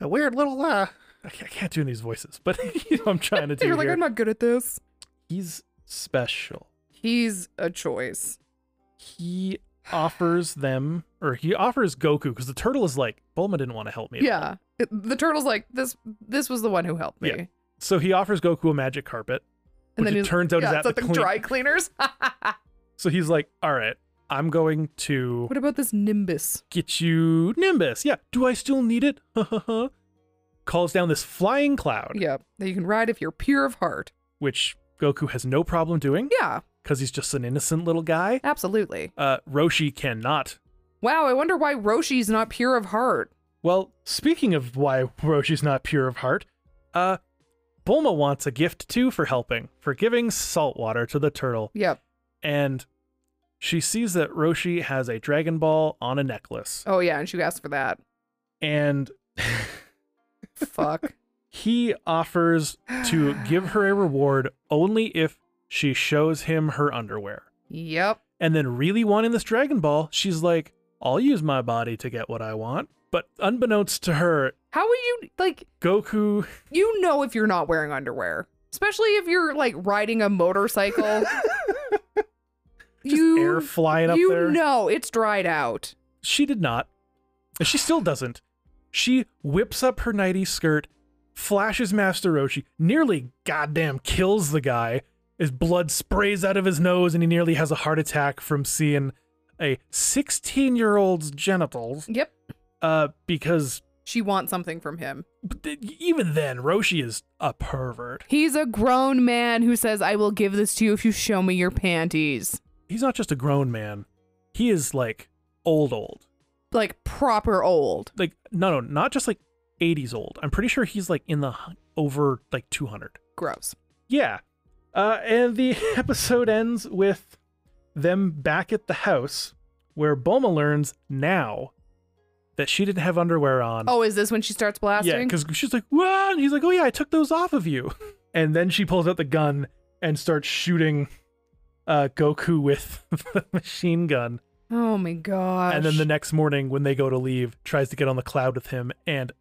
Speaker 3: A weird little uh I can't, I can't do these voices, but you know, I'm trying to do
Speaker 2: You're like,
Speaker 3: here.
Speaker 2: I'm not good at this.
Speaker 3: He's special.
Speaker 2: He's a choice.
Speaker 3: He offers them or he offers Goku because the turtle is like Bulma didn't want to help me.
Speaker 2: Yeah, It- the turtle's like this. This was the one who helped me.
Speaker 3: Yeah. So he offers Goku a magic carpet.
Speaker 2: And
Speaker 3: Which
Speaker 2: then
Speaker 3: it
Speaker 2: he's-
Speaker 3: turns out is at
Speaker 2: yeah, it's
Speaker 3: the
Speaker 2: at the
Speaker 3: clean-
Speaker 2: dry cleaners.
Speaker 3: So he's like, "All right, I'm going to
Speaker 2: what about this Nimbus?
Speaker 3: get you Nimbus. Yeah. Do I still need it? Calls down this flying cloud,
Speaker 2: Yeah, that you can ride if you're pure of heart.
Speaker 3: which Goku has no problem doing
Speaker 2: Yeah,
Speaker 3: because he's just an innocent little guy.
Speaker 2: absolutely.
Speaker 3: Uh, Roshi cannot.
Speaker 2: Wow, I wonder why Roshi's not pure of heart.
Speaker 3: Well, speaking of why Roshi's not pure of heart, uh, Bulma wants a gift too for helping, for giving salt water to the turtle,
Speaker 2: Yep.
Speaker 3: and she sees that Roshi has a Dragon Ball on a necklace,
Speaker 2: Oh yeah, and she asked for that.
Speaker 3: and
Speaker 2: Fuck.
Speaker 3: he offers to give her a reward only if she shows him her underwear.
Speaker 2: Yep.
Speaker 3: And then, really wanting this Dragon Ball, she's like, I'll use my body to get what I want. But unbeknownst to her,
Speaker 2: How would you like
Speaker 3: Goku.
Speaker 2: you know if you're not wearing underwear, especially if you're like riding a motorcycle.
Speaker 3: Just air flying up
Speaker 2: you
Speaker 3: there.
Speaker 2: know it's dried out.
Speaker 3: She did not. And she still doesn't. She whips up her nighty skirt, flashes Master Roshi, nearly goddamn kills the guy. His blood sprays out of his nose, and he nearly has a heart attack from seeing a 16 year old's genitals.
Speaker 2: Yep.
Speaker 3: Uh, because
Speaker 2: She wants something from him.
Speaker 3: but th- even then, Roshi is a pervert.
Speaker 2: He's a grown man who says, "I will give this to you if you show me your panties."
Speaker 3: He's not just a grown man, he is like old, old.
Speaker 2: Like proper old.
Speaker 3: Like, no, no, not just like 80s old. I'm pretty sure he's like in the h- over like 200.
Speaker 2: Gross.
Speaker 3: Yeah. Uh, and the episode ends with them back at the house where Bulma learns now that she didn't have underwear on.
Speaker 2: Oh, is this when she starts
Speaker 3: Um, yeah,
Speaker 2: blasting?
Speaker 3: because she's like, "What?" And he's like, "Oh yeah, I took those off of you." And then she pulls out the gun and starts shooting uh, Goku with the machine gun.
Speaker 2: oh my gosh.
Speaker 3: And then the next morning, when they go to leave, tries to get on the cloud with him. And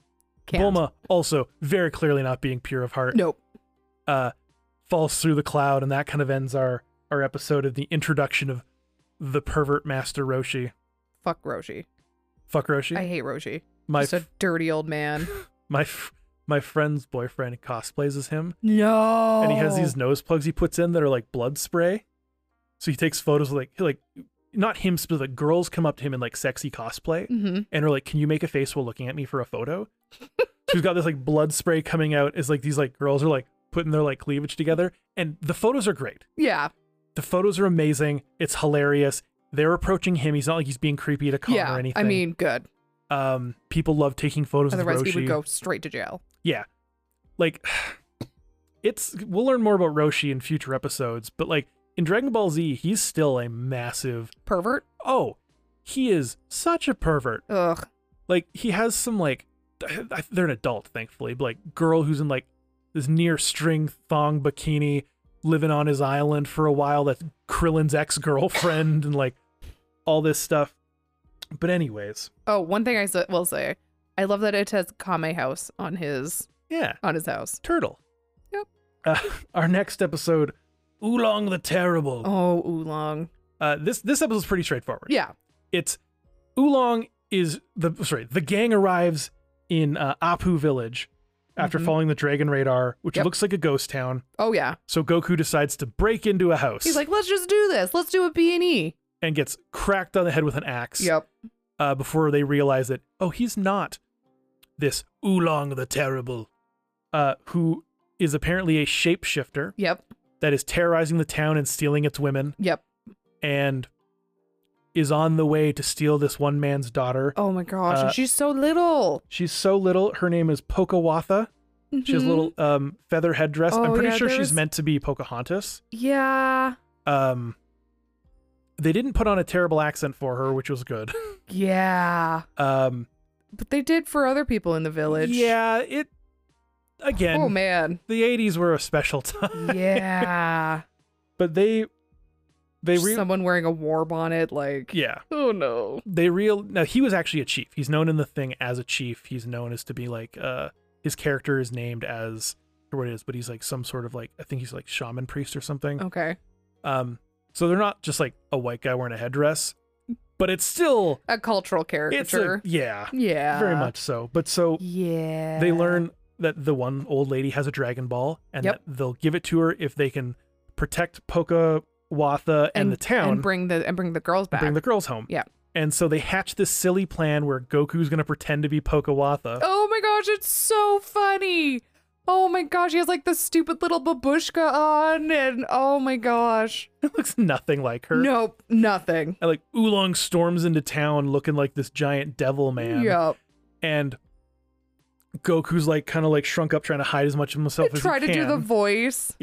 Speaker 2: Can't.
Speaker 3: Bulma, also very clearly not being pure of heart,
Speaker 2: Nope.
Speaker 3: uh, falls through the cloud, and that kind of ends our our episode of the introduction of the pervert master Roshi.
Speaker 2: Fuck Roshi.
Speaker 3: Fuck Roshi,
Speaker 2: I hate Roshi.
Speaker 3: my
Speaker 2: Just a
Speaker 3: f-
Speaker 2: dirty old man.
Speaker 3: my f- my friend's boyfriend cosplays as him,
Speaker 2: no.
Speaker 3: and he has these nose plugs he puts in that are like blood spray. So he takes photos of like he, like not him specific girls come up to him in like sexy cosplay
Speaker 2: hmm
Speaker 3: and are like, "Can you make a face while looking at me for a photo?" so he's got this like blood spray coming out as like these like girls are like putting their like cleavage together, and the photos are great.
Speaker 2: Yeah.
Speaker 3: The photos are amazing. It's hilarious. They're approaching him. He's not like he's being creepy to con
Speaker 2: yeah.
Speaker 3: or anything.
Speaker 2: I mean, good.
Speaker 3: um, people love taking photos
Speaker 2: Otherwise,
Speaker 3: of Roshi.
Speaker 2: he would go straight to jail.
Speaker 3: Yeah, like it's. We'll learn more about Roshi in future episodes, but like in Dragon Ball Z, he's still a massive.
Speaker 2: Pervert.
Speaker 3: Oh, he is such a pervert.
Speaker 2: Ugh.
Speaker 3: Like he has some like they're an adult, thankfully, but like girl who's in like this near string thong bikini living on his island for a while that's Krillin's ex-girlfriend and like all this stuff. But anyways,
Speaker 2: Oh, one thing I s- will say, I love that it has Kame House on his
Speaker 3: yeah,
Speaker 2: on his house.
Speaker 3: turtle.
Speaker 2: Yep.
Speaker 3: Uh, our next episode, Oolong the Terrible.
Speaker 2: Oh, oolong.
Speaker 3: Uh, this this episode's pretty straightforward.
Speaker 2: Yeah.
Speaker 3: It's Oolong is the sorry the gang arrives in uh, Apu Village after
Speaker 2: Mhm.
Speaker 3: following the dragon radar, which
Speaker 2: Yep.
Speaker 3: looks like a ghost town.
Speaker 2: Oh yeah.
Speaker 3: So Goku decides to break into a house
Speaker 2: He's like, let's just do this. Let's do a B and E.
Speaker 3: and gets cracked on the head with an axe.
Speaker 2: Yep.
Speaker 3: Uh, before they realize that oh he's not this Oolong the Terrible, uh, who is apparently a shapeshifter
Speaker 2: Yep.
Speaker 3: that is terrorizing the town and stealing its women
Speaker 2: Yep.
Speaker 3: and is on the way to steal this one man's daughter.
Speaker 2: Oh my gosh. and
Speaker 3: Uh,
Speaker 2: she's so little.
Speaker 3: She's so little. Her name is Pokawatha. She has a
Speaker 2: Mhm.
Speaker 3: little um, feather headdress. I'm
Speaker 2: Oh,
Speaker 3: pretty
Speaker 2: yeah,
Speaker 3: sure
Speaker 2: there
Speaker 3: she's
Speaker 2: was-
Speaker 3: meant to be Pocahontas.
Speaker 2: Yeah.
Speaker 3: Um, they didn't put on a terrible accent for her, which was good.
Speaker 2: Yeah.
Speaker 3: Um,
Speaker 2: But they did for other people in the village.
Speaker 3: yeah, it again.
Speaker 2: Oh man.
Speaker 3: The 80s were a special time,
Speaker 2: Yeah.
Speaker 3: but they they
Speaker 2: Just
Speaker 3: re-
Speaker 2: Someone wearing a war bonnet, like.
Speaker 3: yeah
Speaker 2: Oh no.
Speaker 3: they real now he was actually a chief. He's known in the thing as a chief. He's known as to be like uh his character is named as or what it is, but he's like some sort of like I think he's like shaman priest or something.
Speaker 2: Okay.
Speaker 3: Um, so they're not just like a white guy wearing a headdress, but it's still
Speaker 2: A cultural
Speaker 3: it's a,
Speaker 2: caricature.
Speaker 3: yeah,
Speaker 2: yeah.
Speaker 3: very much so. But so
Speaker 2: Yeah.
Speaker 3: they learn that the one old lady has a dragon ball, and
Speaker 2: Yep.
Speaker 3: that they'll give it to her if they can protect Poca Watha and, the town
Speaker 2: and bring the and bring the girls
Speaker 3: and
Speaker 2: back.
Speaker 3: bring the girls home.
Speaker 2: Yeah.
Speaker 3: And so they hatch this silly plan where Goku's gonna pretend to be Poca Watha.
Speaker 2: oh my gosh, it's so funny. Oh my gosh, he has like the stupid little babushka on, and oh my gosh.
Speaker 3: It looks nothing like her.
Speaker 2: Nope, nothing.
Speaker 3: And like Oolong storms into town looking like this giant devil man.
Speaker 2: Yep.
Speaker 3: and Goku's like kind of like shrunk up, trying to hide as much of himself as
Speaker 2: Try
Speaker 3: he
Speaker 2: to
Speaker 3: can.
Speaker 2: do the voice.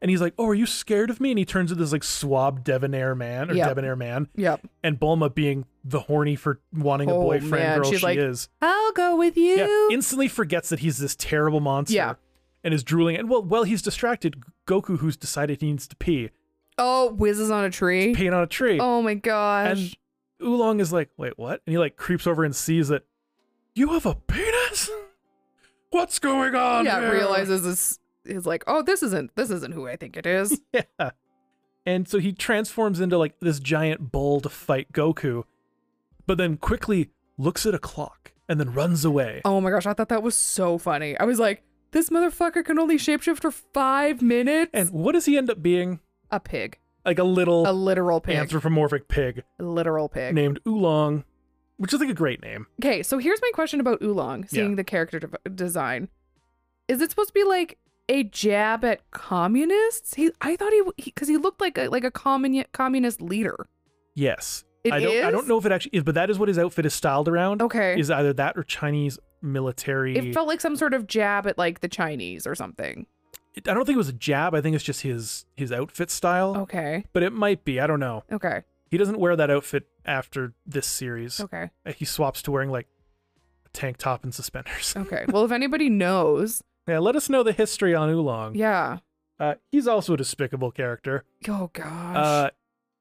Speaker 3: and he's like, "Oh, are you scared of me?" And he turns into this like suave debonair man or
Speaker 2: Yep.
Speaker 3: debonair man,
Speaker 2: Yep.
Speaker 3: and Bulma being the horny for wanting a
Speaker 2: Oh,
Speaker 3: boyfriend
Speaker 2: man,
Speaker 3: girl
Speaker 2: she's
Speaker 3: she
Speaker 2: like,
Speaker 3: is,
Speaker 2: I'll go with you.
Speaker 3: yeah, instantly forgets that he's this terrible monster.
Speaker 2: Yeah.
Speaker 3: And is drooling, and well, well, he's distracted. Goku, who's decided he needs to pee,
Speaker 2: oh, whizzes on a tree.
Speaker 3: peeing on a tree.
Speaker 2: Oh my gosh.
Speaker 3: And Oolong is like, "Wait, what?" And he like creeps over and sees that you have a penis. What's going on?
Speaker 2: yeah,
Speaker 3: here?"
Speaker 2: realizes this is like, oh, this isn't this isn't who I think it is.
Speaker 3: Yeah. And so he transforms into like this giant bull to fight Goku, but then quickly looks at a clock and then runs away.
Speaker 2: oh my gosh, I thought that was so funny. I was like, this motherfucker can only shapeshift for five minutes.
Speaker 3: And what does he end up being?
Speaker 2: a pig,
Speaker 3: Like a little
Speaker 2: a literal pig,
Speaker 3: anthropomorphic pig
Speaker 2: a literal pig.
Speaker 3: named Oolong, which is like a great name.
Speaker 2: Okay, so here's my question about Oolong, seeing the character de- design. Is it supposed to be like a jab at communists? He, I thought he, because he, looked like a, like a communi- communist leader.
Speaker 3: Yes.
Speaker 2: It
Speaker 3: I don't I
Speaker 2: is?
Speaker 3: don't know if it actually is, but that is what his outfit is styled around.
Speaker 2: Okay.
Speaker 3: Is either that or Chinese military
Speaker 2: it felt like some sort of jab at like the Chinese or something.
Speaker 3: I don't think it was a jab, I think it's just his his outfit style.
Speaker 2: Okay.
Speaker 3: But it might be, I don't know.
Speaker 2: Okay.
Speaker 3: He doesn't wear that outfit after this series.
Speaker 2: Okay.
Speaker 3: Uh, He swaps to wearing like a tank top and suspenders.
Speaker 2: Okay. well, if anybody knows,
Speaker 3: Yeah, let us know the history on Oolong.
Speaker 2: yeah.
Speaker 3: Uh, he's also a despicable character.
Speaker 2: Oh gosh.
Speaker 3: Uh,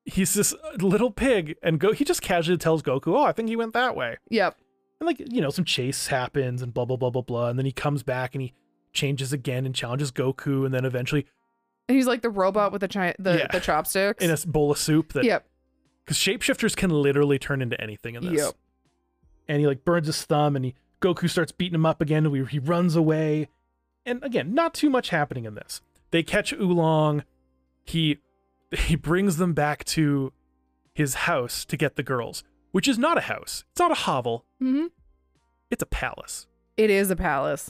Speaker 3: he's this little pig, and go. He just casually tells Goku, "Oh, I think he went that way."
Speaker 2: yep.
Speaker 3: And like you know, some chase happens, and blah blah blah blah blah, and then he comes back and he changes again and challenges Goku, and then eventually
Speaker 2: And he's like the robot with the chi- the,
Speaker 3: Yeah.
Speaker 2: the chopsticks.
Speaker 3: in a bowl of soup that
Speaker 2: yep.
Speaker 3: because shapeshifters can literally turn into anything in this.
Speaker 2: Yep.
Speaker 3: And he like burns his thumb, and he Goku starts beating him up again. And we, he runs away, and again, not too much happening in this. They catch Oolong. He he brings them back to his house to get the girls, which is not a house. It's not a hovel.
Speaker 2: hmm
Speaker 3: It's a palace.
Speaker 2: It is a palace.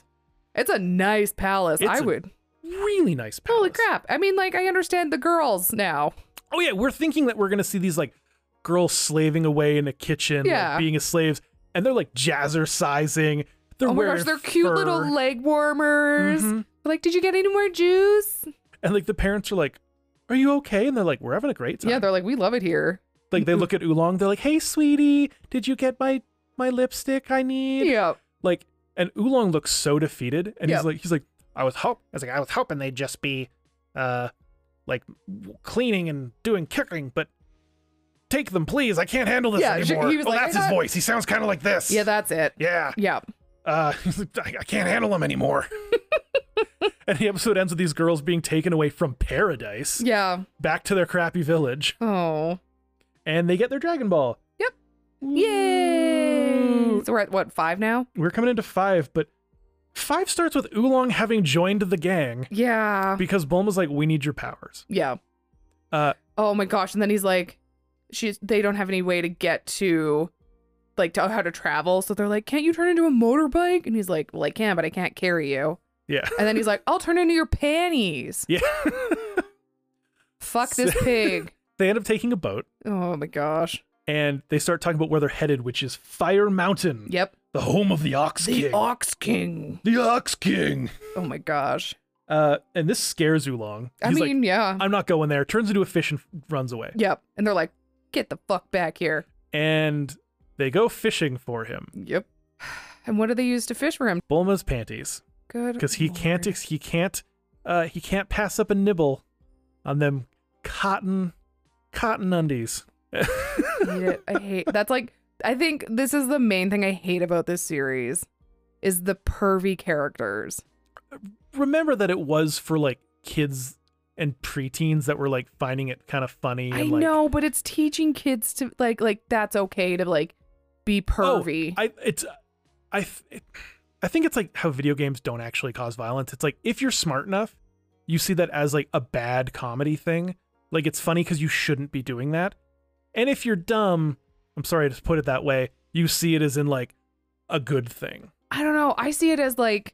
Speaker 2: It's a nice palace.
Speaker 3: It's
Speaker 2: I
Speaker 3: a
Speaker 2: would.
Speaker 3: Really nice palace.
Speaker 2: Holy crap. I mean, like, I understand the girls now.
Speaker 3: Oh yeah, we're thinking that we're gonna see these like girls slaving away in a kitchen, like,
Speaker 2: Yeah.
Speaker 3: being as slaves, and they're like jazzercising. They're
Speaker 2: oh my gosh,
Speaker 3: wearing
Speaker 2: they're cute
Speaker 3: fur. Mm-hmm.
Speaker 2: little leg warmers.
Speaker 3: Mhm.
Speaker 2: Like, did you get any more juice?
Speaker 3: And like the parents are like, "Are you okay?" And they're like, "We're having a great time."
Speaker 2: Yeah, they're like, we love it here.
Speaker 3: like they look at Oolong, they're like, "Hey, sweetie, did you get my my lipstick I need?"
Speaker 2: Yeah.
Speaker 3: Like, and Oolong looks so defeated, and
Speaker 2: Yep.
Speaker 3: he's like, he's like, "I was hope, I was like, I was hoping they'd just be, uh, like w- cleaning and doing kicking, but." Take them, please. I can't handle this
Speaker 2: Yeah, she-
Speaker 3: anymore.
Speaker 2: he was
Speaker 3: well,
Speaker 2: like,
Speaker 3: that's
Speaker 2: "I
Speaker 3: his
Speaker 2: got-"
Speaker 3: voice. He sounds kind of like this.
Speaker 2: Yeah, that's it.
Speaker 3: yeah.
Speaker 2: Yeah.
Speaker 3: Uh, he's like, I, I can't handle him anymore. and the episode ends with these girls being taken away from paradise
Speaker 2: Yeah.
Speaker 3: back to their crappy village
Speaker 2: Oh.
Speaker 3: and they get their Dragon Ball.
Speaker 2: Yep. Yay.
Speaker 3: Woo.
Speaker 2: So we're at what, five now?
Speaker 3: We're coming into five, but five starts with Oolong having joined the gang
Speaker 2: Yeah.
Speaker 3: because Bulma's like, we need your powers.
Speaker 2: Yeah.
Speaker 3: Uh,
Speaker 2: Oh my gosh. And then he's like, she's, they don't have any way to get to, like, to how to travel. So they're like, can't you turn into a motorbike? And he's like, well, I can, but I can't carry you.
Speaker 3: yeah.
Speaker 2: And then he's like, I'll turn into your panties.
Speaker 3: Yeah.
Speaker 2: Fuck this pig.
Speaker 3: they end up taking a boat
Speaker 2: Oh my gosh.
Speaker 3: and they start talking about where they're headed, which is Fire Mountain,
Speaker 2: Yep.
Speaker 3: the home of the Ox King.
Speaker 2: Ox King.
Speaker 3: the Ox King.
Speaker 2: Oh my gosh.
Speaker 3: Uh, and this scares Oolong.
Speaker 2: I
Speaker 3: He's
Speaker 2: mean,
Speaker 3: like,
Speaker 2: yeah.
Speaker 3: I'm not going there. Turns into a fish and f- runs away.
Speaker 2: Yep. And they're like, get the fuck back here.
Speaker 3: And they go fishing for him.
Speaker 2: Yep. And what do they use to fish for him?
Speaker 3: Bulma's panties.
Speaker 2: Good.
Speaker 3: because he can't
Speaker 2: lord.
Speaker 3: ex- he can't uh he can't pass up a nibble on them cotton cotton undies
Speaker 2: I hate it. I hate that's like I think this is the main thing I hate about this series is the pervy characters.
Speaker 3: remember that it was for like kids and preteens that were like finding it kind of funny and
Speaker 2: I
Speaker 3: like
Speaker 2: know, but it's teaching kids to like like that's okay to like be
Speaker 3: oh,
Speaker 2: pervy.
Speaker 3: i it's i th- it, i think it's like how video games don't actually cause violence it's like if you're smart enough you see that as like a bad comedy thing like it's funny because you shouldn't be doing that and if you're dumb i'm sorry to put it that way you see it as in like a good thing
Speaker 2: I don't know. I see it as like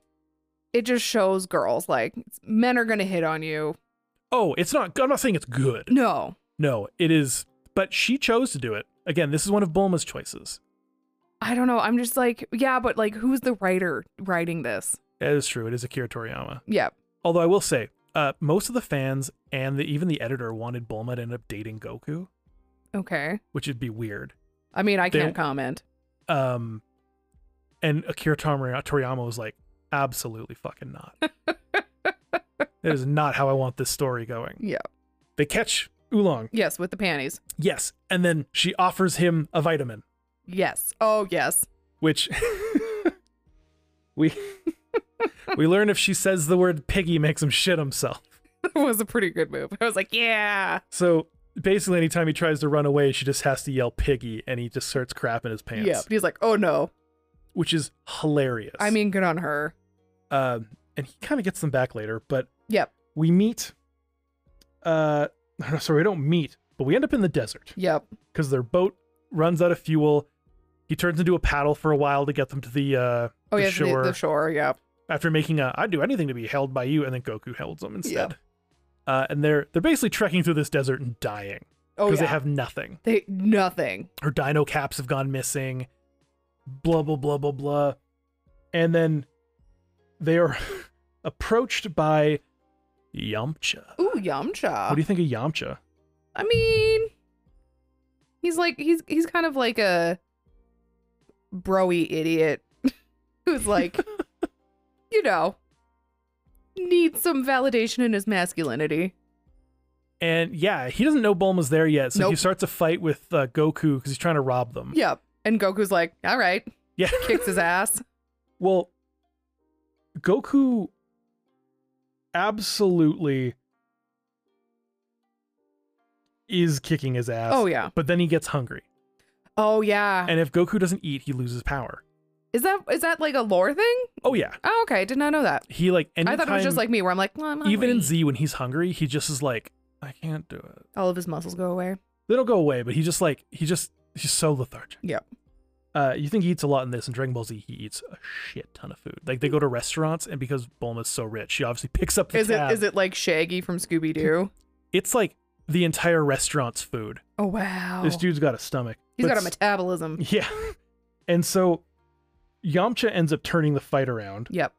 Speaker 2: it just shows girls like men are gonna hit on you.
Speaker 3: oh it's not i'm not saying it's good
Speaker 2: No,
Speaker 3: no it is but she chose to do it again this is one of bulma's choices
Speaker 2: I don't know. I'm just like yeah, but like who's the writer writing this?
Speaker 3: that is true it is akira toriyama
Speaker 2: Yeah.
Speaker 3: Although I will say, uh, most of the fans and the, even the editor wanted Bulma to end up dating Goku,
Speaker 2: Okay.
Speaker 3: which would be weird.
Speaker 2: I mean, I
Speaker 3: They-
Speaker 2: can't comment.
Speaker 3: Um, and Akira Toriyama Toriyama was like, absolutely fucking not. that is not how I want this story going.
Speaker 2: Yeah.
Speaker 3: They catch Oolong,
Speaker 2: Yes, with the panties.
Speaker 3: yes, and then she offers him a vitamin,
Speaker 2: Yes. Oh yes.
Speaker 3: which we we learn if she says the word piggy makes him shit himself.
Speaker 2: That was a pretty good move. I was like, yeah.
Speaker 3: So basically, anytime he tries to run away, she just has to yell piggy, and he just starts crapping his pants,
Speaker 2: Yeah. But he's like, oh no.
Speaker 3: which is hilarious.
Speaker 2: I mean, good on her.
Speaker 3: um, and he kind of gets them back later, but
Speaker 2: Yep.
Speaker 3: we meet. Uh, sorry, we don't meet, but we end up in the desert
Speaker 2: Yep.
Speaker 3: because their boat runs out of fuel. He turns into a paddle for a while to get them to the uh,
Speaker 2: Oh
Speaker 3: the
Speaker 2: yeah.
Speaker 3: shore.
Speaker 2: The, the shore. Yep.
Speaker 3: after making a I'd do anything to be held by you, and then Goku holds them
Speaker 2: Yeah.
Speaker 3: instead. Uh, and they're they're basically trekking through this desert and dying
Speaker 2: Oh
Speaker 3: because
Speaker 2: yeah.
Speaker 3: they have nothing.
Speaker 2: They nothing.
Speaker 3: Her dino caps have gone missing. Blah blah blah blah blah. And then they are approached by Yamcha.
Speaker 2: Ooh, Yamcha.
Speaker 3: What do you think of Yamcha?
Speaker 2: I mean, he's like he's he's kind of like a broy idiot who's like, you know, needs some validation in his masculinity.
Speaker 3: And yeah, he doesn't know Bulma's there yet, so he
Speaker 2: Nope.
Speaker 3: starts a fight with uh, Goku because he's trying to rob them.
Speaker 2: Yep. And Goku's like, all right,
Speaker 3: Yeah.
Speaker 2: kicks his ass.
Speaker 3: Well, Goku absolutely is kicking his ass.
Speaker 2: Oh yeah.
Speaker 3: But then he gets hungry.
Speaker 2: Oh yeah.
Speaker 3: And if Goku doesn't eat, he loses power.
Speaker 2: Is that is that like a lore thing?
Speaker 3: Oh yeah.
Speaker 2: Oh okay, did not know that.
Speaker 3: He like anytime,
Speaker 2: I thought it was just like me, where I'm like, well, I'm
Speaker 3: even in
Speaker 2: hungry.
Speaker 3: Z when he's hungry, he just is like, I can't do it.
Speaker 2: all of his muscles go away.
Speaker 3: They don't go away, but he just like he just he's so lethargic.
Speaker 2: Yep.
Speaker 3: Uh, you think he eats a lot in this, and Dragon Ball Z, he eats a shit ton of food. Like they go to restaurants, and because Bulma's so rich, she obviously picks up the
Speaker 2: Is
Speaker 3: tab.
Speaker 2: it is it like Shaggy from Scooby Doo?
Speaker 3: it's like the entire restaurant's food.
Speaker 2: Oh wow,
Speaker 3: This dude's got a stomach.
Speaker 2: he's got
Speaker 3: But
Speaker 2: a
Speaker 3: s-
Speaker 2: metabolism.
Speaker 3: Yeah. And so Yamcha ends up turning the fight around.
Speaker 2: Yep.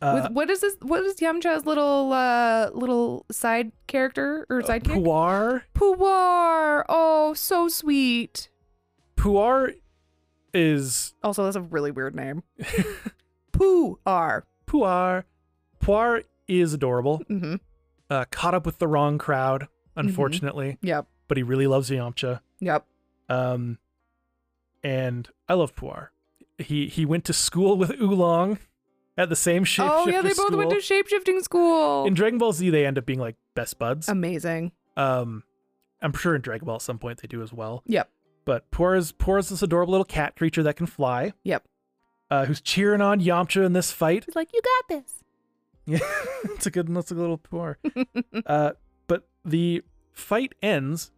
Speaker 3: Uh,
Speaker 2: With what is this? What is Yamcha's little uh little side character
Speaker 3: Uh,
Speaker 2: or sidekick?
Speaker 3: Puar.
Speaker 2: Puar. Oh, so sweet.
Speaker 3: Puar is
Speaker 2: Also, that's a really weird name. Puar.
Speaker 3: Puar. Puar is adorable.
Speaker 2: Mm-hmm.
Speaker 3: Uh, caught up with the wrong crowd, unfortunately,
Speaker 2: Yep.
Speaker 3: but he really loves Yamcha.
Speaker 2: Yep.
Speaker 3: Um, and I love Puar. He he went to school with Oolong at the same shapeshifter
Speaker 2: Oh yeah, they both
Speaker 3: school.
Speaker 2: went to shapeshifting school.
Speaker 3: In Dragon Ball Z, they end up being like best buds.
Speaker 2: Amazing.
Speaker 3: Um, I'm sure in Dragon Ball at some point they do as well.
Speaker 2: Yep.
Speaker 3: But Poor is Poor is this adorable little cat creature that can fly.
Speaker 2: Yep.
Speaker 3: Uh, who's cheering on Yamcha in this fight?
Speaker 2: He's like, you got this.
Speaker 3: Yeah, it's a good, that's a good little Poor. uh, but the fight ends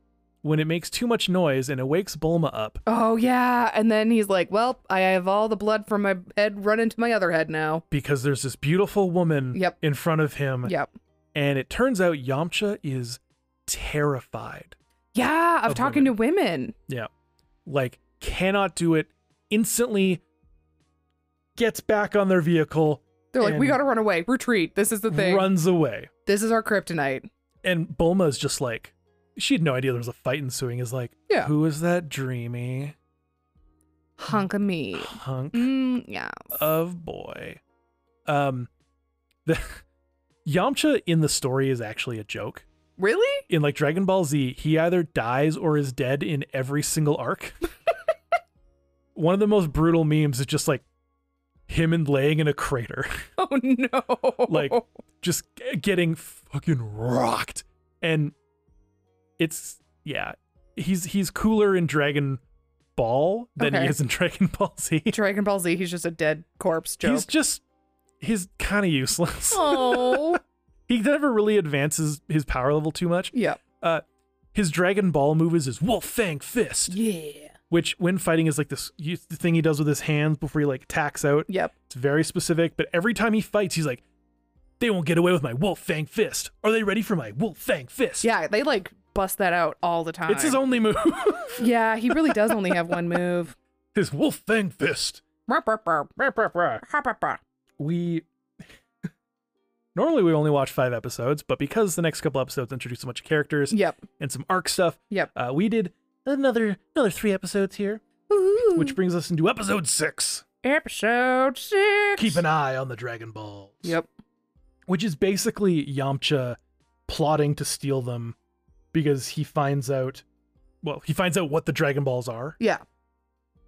Speaker 3: when it makes too much noise and it wakes Bulma up.
Speaker 2: Oh yeah, and then he's like, "Well, I have all the blood from my head run into my other head now."
Speaker 3: because there's this beautiful woman
Speaker 2: Yep.
Speaker 3: in front of him,
Speaker 2: Yep.
Speaker 3: and it turns out Yamcha is terrified.
Speaker 2: Yeah, of
Speaker 3: Of
Speaker 2: talking to women.
Speaker 3: Yeah. Like, cannot do it, instantly gets back on their vehicle,
Speaker 2: They're like, "We
Speaker 3: And-
Speaker 2: got to run away. Retreat. This is the thing.
Speaker 3: runs away.
Speaker 2: This is our kryptonite."
Speaker 3: And Bulma's just like, she had no idea there was a fight ensuing, is like,
Speaker 2: Yeah.
Speaker 3: who is that dreamy
Speaker 2: Hunk of me.
Speaker 3: hunk
Speaker 2: Mm, yeah.
Speaker 3: of boy? Um, the Yamcha in the story is actually a joke.
Speaker 2: Really?
Speaker 3: in like Dragon Ball Z, he either dies or is dead in every single arc. One of the most brutal memes is just like him and laying in a crater,
Speaker 2: Oh no.
Speaker 3: Like- just g- getting fucking rocked. And it's yeah, he's he's cooler in Dragon Ball than
Speaker 2: Okay.
Speaker 3: he is in Dragon Ball Z.
Speaker 2: Dragon Ball Z. He's just a dead corpse joke.
Speaker 3: He's just he's kind of useless.
Speaker 2: oh.
Speaker 3: He never really advances his power level too much.
Speaker 2: yep.
Speaker 3: His Dragon Ball move is his Wolf Fang Fist.
Speaker 2: Yeah.
Speaker 3: which when fighting is like this you- the thing he does with his hands before he like tacks out.
Speaker 2: Yep.
Speaker 3: It's very specific, but every time he fights, he's like, "They won't get away with my wolf fang fist. Are they ready for my wolf fang fist?"
Speaker 2: Yeah. They like bust that out all the time.
Speaker 3: it's his only move,
Speaker 2: Yeah, he really does only have one move.
Speaker 3: his wolf fang fist.
Speaker 2: Rup, rup, rup,
Speaker 3: Rah, rah, rah.
Speaker 2: rup, rup, rup.
Speaker 3: We normally we only watch five episodes, but because the next couple episodes introduce a bunch of characters
Speaker 2: Yep.
Speaker 3: and some arc stuff,
Speaker 2: Yep.
Speaker 3: uh, we did another another three episodes here, which brings us into episode six.
Speaker 2: Episode six.
Speaker 3: Keep an eye on the Dragon Balls.
Speaker 2: Yep.
Speaker 3: which is basically Yamcha plotting to steal them because he finds out well, he finds out what the Dragon Balls are.
Speaker 2: Yeah.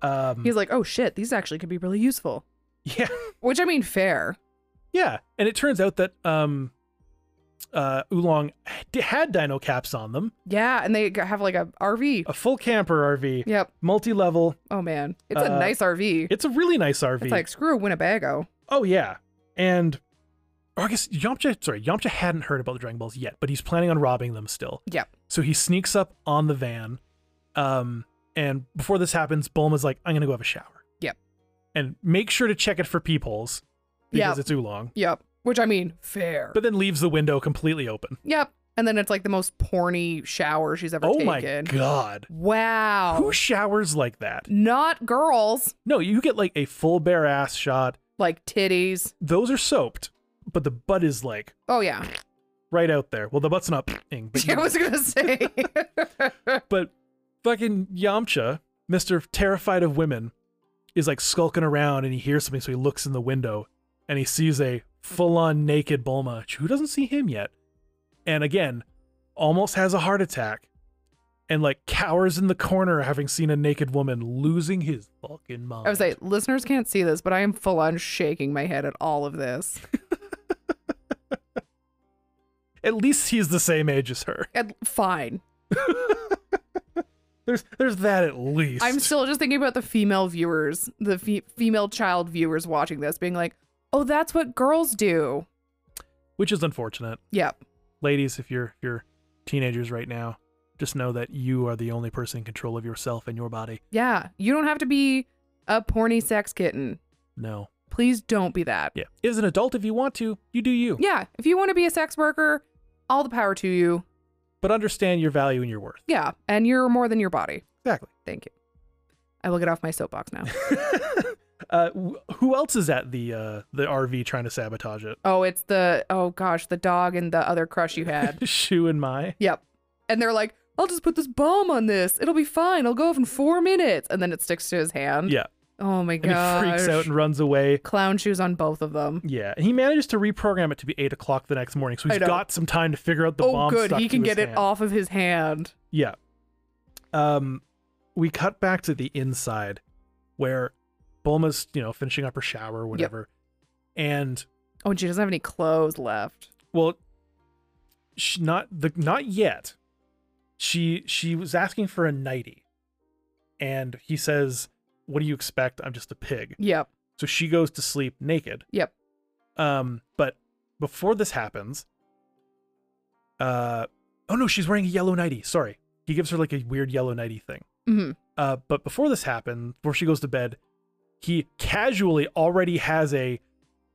Speaker 3: Um
Speaker 2: He's like, oh shit, these actually could be really useful.
Speaker 3: yeah,
Speaker 2: Which I mean, fair.
Speaker 3: Yeah, and it turns out that um, uh, Oolong d- had dino caps on them,
Speaker 2: Yeah, and they g- have like a RV.
Speaker 3: a full camper RV,
Speaker 2: Yep.
Speaker 3: multi-level.
Speaker 2: Oh man, it's a
Speaker 3: Uh,
Speaker 2: nice RV.
Speaker 3: It's a really nice RV.
Speaker 2: It's like screw Winnebago.
Speaker 3: oh yeah, and or I guess Yamcha. Sorry, Yamcha hadn't heard about the Dragon Balls yet, but he's planning on robbing them still.
Speaker 2: Yep.
Speaker 3: So he sneaks up on the van, um, and before this happens, Bulma's like, "I'm gonna go have a shower."
Speaker 2: Yep.
Speaker 3: And make sure to check it for peepholes because
Speaker 2: Yep.
Speaker 3: it's oolong.
Speaker 2: Yep. Which I mean, fair.
Speaker 3: But then leaves the window completely open.
Speaker 2: yep. And then it's like the most porny shower she's ever
Speaker 3: oh
Speaker 2: taken.
Speaker 3: my god.
Speaker 2: Wow.
Speaker 3: Who showers like that?
Speaker 2: Not girls.
Speaker 3: No, you get like a full bare ass shot.
Speaker 2: Like titties.
Speaker 3: Those are soaped, but the butt is like
Speaker 2: Oh yeah.
Speaker 3: right out there. Well, the butt's not ing, but,
Speaker 2: I was gonna say.
Speaker 3: but fucking Yamcha, Mister Terrified of Women, is like skulking around and he hears something, so he looks in the window and he sees a full on naked Bulma who doesn't see him yet, and again, almost has a heart attack. And like cowers in the corner, having seen a naked woman, losing his fucking mind.
Speaker 2: I would say listeners can't see this, but I am full on shaking my head at all of this.
Speaker 3: at least he's the same age as her.
Speaker 2: And fine.
Speaker 3: There's there's that at least.
Speaker 2: I'm still just thinking about the female viewers, the fe- female child viewers watching this, being like, "Oh, that's what girls do."
Speaker 3: which is unfortunate.
Speaker 2: Yep.
Speaker 3: Ladies, if you're if you're teenagers right now, just know that you are the only person in control of yourself and your body.
Speaker 2: Yeah. You don't have to be a porny sex kitten.
Speaker 3: No.
Speaker 2: Please don't be that.
Speaker 3: Yeah. As an adult, if you want to, you do you.
Speaker 2: Yeah. If you want to be a sex worker, all the power to you.
Speaker 3: But understand your value and your worth.
Speaker 2: Yeah. And you're more than your body.
Speaker 3: Exactly.
Speaker 2: Thank you. I will get off my soapbox now.
Speaker 3: uh, wh- who else is at the uh, the RV trying to sabotage it?
Speaker 2: oh, it's the oh gosh, the dog and the other crush you had.
Speaker 3: Shu and Mai.
Speaker 2: Yep. And they're like, I'll just put this bomb on this. It'll be fine. I'll go off in four minutes. And then it sticks to his hand.
Speaker 3: Yeah.
Speaker 2: Oh my
Speaker 3: And
Speaker 2: gosh.
Speaker 3: he freaks out and runs away.
Speaker 2: Clown shoes on both of them.
Speaker 3: Yeah, and he manages to reprogram it to be eight o'clock the next morning, so
Speaker 2: I
Speaker 3: he's
Speaker 2: know.
Speaker 3: got some time to figure out the
Speaker 2: oh,
Speaker 3: bomb.
Speaker 2: good.
Speaker 3: stuck
Speaker 2: He
Speaker 3: to
Speaker 2: can
Speaker 3: his
Speaker 2: get it
Speaker 3: hand.
Speaker 2: off of his hand.
Speaker 3: Yeah. Um, we cut back to the inside, where Bulma's you know finishing up her shower, or whatever, and
Speaker 2: Oh, and she doesn't have any clothes left.
Speaker 3: well, sh not the not yet. She she was asking for a nightie, and he says, "What do you expect? I'm just a pig."
Speaker 2: Yep.
Speaker 3: So she goes to sleep naked.
Speaker 2: Yep.
Speaker 3: Um, but before this happens, uh, oh no, she's wearing a yellow nightie. Sorry, he gives her like a weird yellow nightie thing.
Speaker 2: hmm
Speaker 3: Uh, but before this happened, before she goes to bed, he casually already has a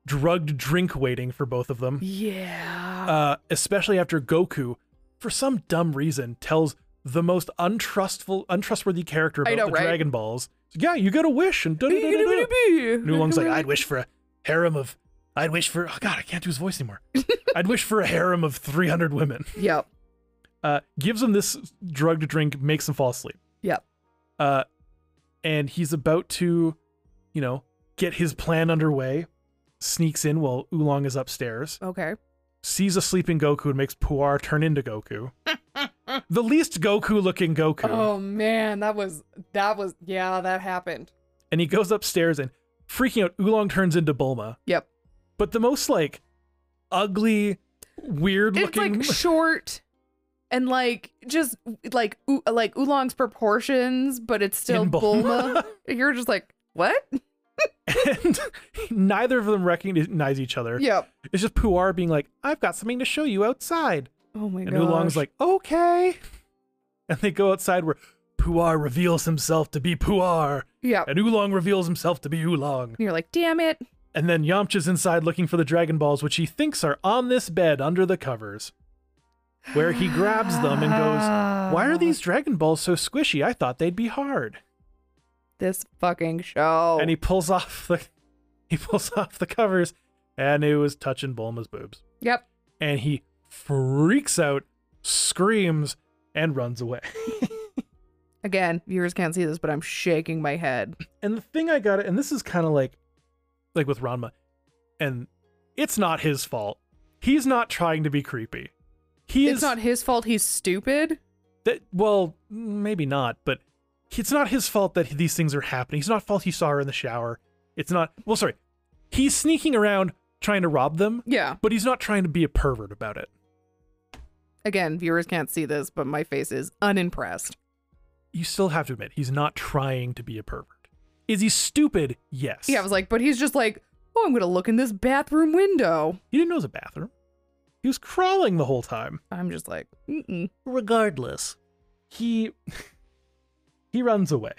Speaker 3: drugged drink waiting for both of them.
Speaker 2: Yeah.
Speaker 3: Uh, especially after Goku, for some dumb reason, tells the most untrustful, untrustworthy character
Speaker 2: I
Speaker 3: about
Speaker 2: know,
Speaker 3: the
Speaker 2: right?
Speaker 3: Dragon Balls. Yeah, you got a wish and da da da da. Nulong's like, I'd wish for a harem of. I'd wish for. Oh God, I can't do his voice anymore. I'd wish for a harem of 300 women.
Speaker 2: Yep.
Speaker 3: Uh, gives him this drug to drink, makes him fall asleep.
Speaker 2: Yep.
Speaker 3: Uh, and he's about to, you know, get his plan underway. Sneaks in while Oolong is upstairs.
Speaker 2: Okay.
Speaker 3: Sees a sleeping Goku and makes Puar turn into Goku. the least Goku looking Goku.
Speaker 2: Oh man, that was that was yeah, that happened.
Speaker 3: And he goes upstairs and freaking out. Oolong turns into Bulma.
Speaker 2: Yep.
Speaker 3: but the most like ugly, weird
Speaker 2: It's
Speaker 3: looking.
Speaker 2: like short and like just like oo- like oolong's proportions, but it's still
Speaker 3: In
Speaker 2: Bulma.
Speaker 3: Bulma.
Speaker 2: You're just like, what?
Speaker 3: and neither of them recognize each other.
Speaker 2: Yep.
Speaker 3: It's just Puar being like, "I've got something to show you outside,"
Speaker 2: Oh my god.
Speaker 3: and Oolong's like, "Okay," and they go outside where Puar reveals himself to be Puar,
Speaker 2: yep. And
Speaker 3: and Oolong reveals himself to be Oolong,
Speaker 2: you're like, damn it.
Speaker 3: and then Yamcha's inside looking for the Dragon Balls, which he thinks are on this bed under the covers. Where he grabs them and goes, Why are these Dragon Balls so squishy? I thought they'd be hard.
Speaker 2: This fucking show.
Speaker 3: and he pulls off the he pulls off the covers and it was touching Bulma's boobs
Speaker 2: yep.
Speaker 3: and he freaks out screams and runs away
Speaker 2: Again, viewers can't see this, but I'm shaking my head.
Speaker 3: and the thing I got and this is kind of like like with Ranma and it's not his fault he's not trying to be creepy he
Speaker 2: It's
Speaker 3: is
Speaker 2: not his fault he's stupid.
Speaker 3: that well maybe not but it's not his fault that these things are happening it's not fault he saw her in the shower it's not well sorry he's sneaking around trying to rob them,
Speaker 2: Yeah.
Speaker 3: but he's not trying to be a pervert about it.
Speaker 2: Again, viewers can't see this, but my face is unimpressed.
Speaker 3: You still have to admit, he's not trying to be a pervert. Is he stupid? Yes.
Speaker 2: Yeah, I was like, but he's just like, oh, I'm gonna look in this bathroom window.
Speaker 3: he didn't know it was a bathroom. He was crawling the whole time.
Speaker 2: I'm just like, mm-mm.
Speaker 3: regardless he he runs away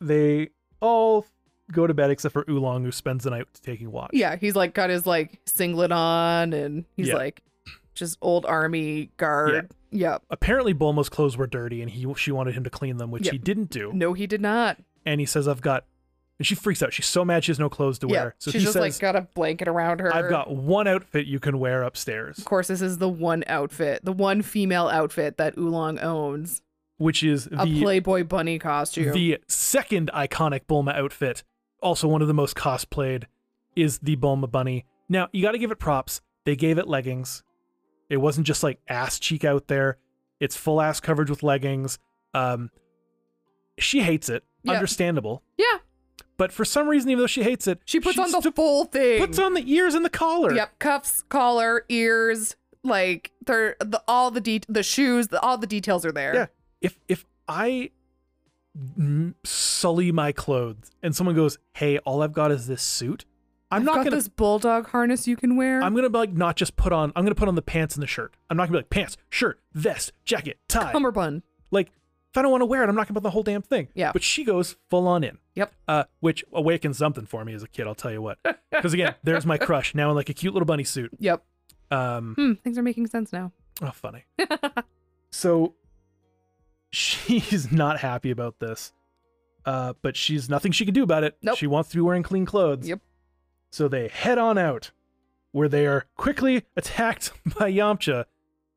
Speaker 3: they all go to bed except for oolong who spends the night taking watch
Speaker 2: Yeah, he's like got his like singlet on, and he's
Speaker 3: Yeah.
Speaker 2: like just old army guard. Yep.
Speaker 3: apparently bulma's clothes were dirty and he she wanted him to clean them which he didn't do
Speaker 2: No, he did not.
Speaker 3: and he says i've got and she freaks out she's so mad she has no clothes to
Speaker 2: Yeah,
Speaker 3: wear so
Speaker 2: she's
Speaker 3: she
Speaker 2: just
Speaker 3: says
Speaker 2: like got a blanket around her.
Speaker 3: i've got one outfit you can wear
Speaker 2: Of
Speaker 3: upstairs
Speaker 2: course, this is the one outfit, the one female outfit that Oolong owns
Speaker 3: which is
Speaker 2: a
Speaker 3: the
Speaker 2: Playboy bunny costume.
Speaker 3: the second iconic bulma outfit also one of the most cosplayed is the Bulma Bunny. Now, you got to give it props. They gave it leggings. It wasn't just like ass cheek out there. It's full ass coverage with leggings. Um, she hates it.
Speaker 2: Yeah.
Speaker 3: Understandable.
Speaker 2: yeah,
Speaker 3: But for some reason, even though she hates it,
Speaker 2: she puts on the
Speaker 3: st-
Speaker 2: full thing.
Speaker 3: puts on the ears and the collar.
Speaker 2: Yep, cuffs, collar, ears, like they're the all the de- the shoes, the, all the details are there.
Speaker 3: Yeah. If if I mm, sully my clothes and someone goes, "Hey, all I've got is this suit," I'm
Speaker 2: I've
Speaker 3: not
Speaker 2: got
Speaker 3: gonna
Speaker 2: this bulldog harness you can wear.
Speaker 3: I'm gonna be like not just put on. I'm gonna put on the pants and the shirt. I'm not gonna be like pants, shirt, vest, jacket, tie.
Speaker 2: cummerbund.
Speaker 3: Like if I don't want to wear it, I'm not gonna put the whole damn thing.
Speaker 2: Yeah.
Speaker 3: But she goes full on in.
Speaker 2: Yep.
Speaker 3: Uh, which awakens something for me as a kid. I'll tell you what. Because again, there's my crush now in like a cute little bunny suit.
Speaker 2: Yep.
Speaker 3: Um,
Speaker 2: Hmm, things are making sense now.
Speaker 3: oh, funny. so she's not happy about this. Uh, but she's nothing she can do about it.
Speaker 2: Nope.
Speaker 3: She wants to be wearing clean clothes.
Speaker 2: Yep.
Speaker 3: So they head on out, where they are quickly attacked by Yamcha,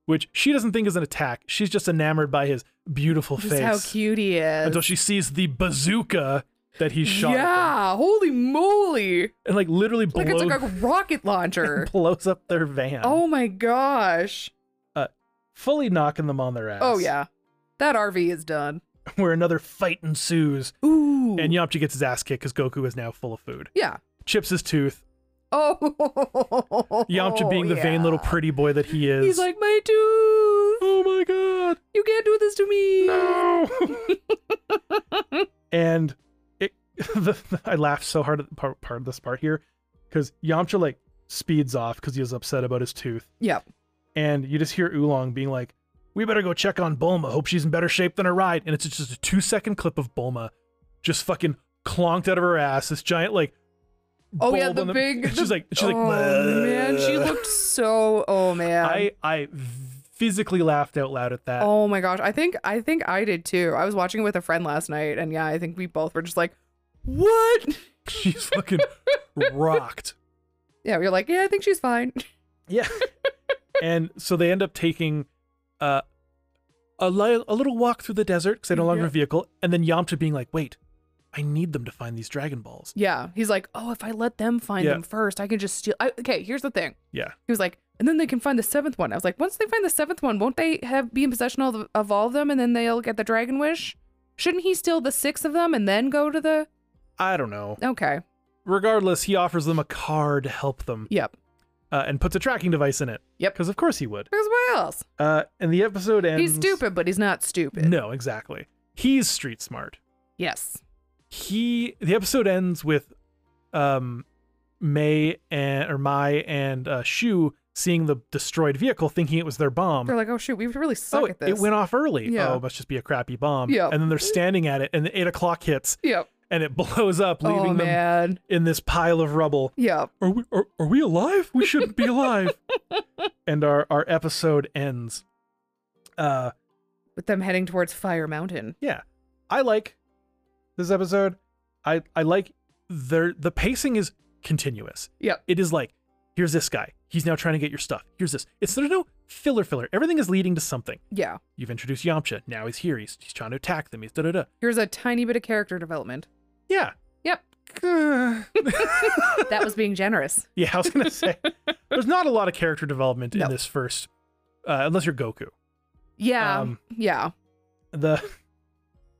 Speaker 3: which she doesn't think is an attack. She's just enamored by his beautiful
Speaker 2: Just
Speaker 3: face.
Speaker 2: how cute he is.
Speaker 3: Until she sees the bazooka that he shot. at them.
Speaker 2: yeah, holy moly!
Speaker 3: And like literally
Speaker 2: Like
Speaker 3: blows,
Speaker 2: it's like a rocket launcher.
Speaker 3: blows up their van.
Speaker 2: oh my gosh!
Speaker 3: Fully knocking them on their ass.
Speaker 2: Oh yeah, that RV is done.
Speaker 3: Where another fight ensues.
Speaker 2: Ooh.
Speaker 3: And Yamcha gets his ass kicked because Goku is now full of food.
Speaker 2: yeah.
Speaker 3: Chips his tooth.
Speaker 2: Oh.
Speaker 3: Yamcha being the vain little
Speaker 2: yeah.
Speaker 3: pretty boy that he is.
Speaker 2: He's like my tooth.
Speaker 3: oh my god.
Speaker 2: You can't do this to me.
Speaker 3: and it, the, I laughed so hard at the part, part of this part here because Yamcha like speeds off because he was upset about his tooth,
Speaker 2: Yep.
Speaker 3: and you just hear Oolong being like, "We better go check on Bulma. Hope she's in better shape than her ride." And it's just a two second clip of Bulma just fucking clonked out of her ass. This giant like.
Speaker 2: Oh yeah,
Speaker 3: bulb
Speaker 2: the
Speaker 3: on
Speaker 2: big.
Speaker 3: She's
Speaker 2: the-
Speaker 3: like, she's like,
Speaker 2: oh man, she
Speaker 3: "Bleh."
Speaker 2: looked so. Oh man.
Speaker 3: I uh, I physically laughed out loud at that.
Speaker 2: Oh my gosh, I think I think I did too. I was watching it with a friend last night, and yeah, I think we both were just like, "What?"
Speaker 3: She's fucking rocked.
Speaker 2: Yeah, we were like, "Yeah, I think she's fine."
Speaker 3: Yeah. and so they end up taking uh, a, li- a little walk through the desert because they no longer
Speaker 2: Yeah.
Speaker 3: have a vehicle. And then Yamcha being like, wait, I need them to find these Dragon Balls.
Speaker 2: Yeah, he's like, "Oh, if I let them find
Speaker 3: Yeah.
Speaker 2: them first, I can just steal." I, okay, here's the thing.
Speaker 3: Yeah.
Speaker 2: He was like, and then they can find the seventh one. I was like, once they find the seventh one, won't they have be in possession of, of all of them, and then they'll get the dragon wish? Shouldn't he steal the six of them and then go to the?
Speaker 3: I don't know.
Speaker 2: Okay.
Speaker 3: Regardless, he offers them a car to help them
Speaker 2: Yep.
Speaker 3: uh, and puts a tracking device in it.
Speaker 2: Yep.
Speaker 3: Because of course he would.
Speaker 2: Because what else?
Speaker 3: Uh, and the episode ends.
Speaker 2: He's stupid, but he's not stupid.
Speaker 3: No, exactly. He's street smart.
Speaker 2: Yes.
Speaker 3: he the episode ends with um May and or Mai and uh Shu seeing the destroyed vehicle thinking it was their bomb.
Speaker 2: They're like, oh shoot, we really suck
Speaker 3: oh,
Speaker 2: at
Speaker 3: it,
Speaker 2: this.
Speaker 3: it went off early.
Speaker 2: Yeah.
Speaker 3: Oh, it must just be a crappy bomb.
Speaker 2: Yeah.
Speaker 3: And then they're standing at it and the eight o'clock hits
Speaker 2: Yep.
Speaker 3: and it blows up, leaving
Speaker 2: oh
Speaker 3: them
Speaker 2: man.
Speaker 3: in this pile of rubble.
Speaker 2: Yep.
Speaker 3: Are we are, are we alive? We shouldn't be alive. and our, our episode ends. Uh
Speaker 2: With them heading towards Fire Mountain.
Speaker 3: yeah i like this episode i i like their the pacing is continuous
Speaker 2: Yep.
Speaker 3: it is like here's this guy he's now trying to get your stuff here's this it's there's no filler filler everything is leading to something
Speaker 2: Yeah.
Speaker 3: you've introduced yamcha now he's here he's, he's trying to attack them he's da da da
Speaker 2: Here's a tiny bit of character development.
Speaker 3: yeah
Speaker 2: Yep. That was being generous.
Speaker 3: yeah i was gonna say there's not a lot of character development
Speaker 2: No.
Speaker 3: in this first uh, unless you're goku
Speaker 2: Yeah.
Speaker 3: Um,
Speaker 2: yeah.
Speaker 3: the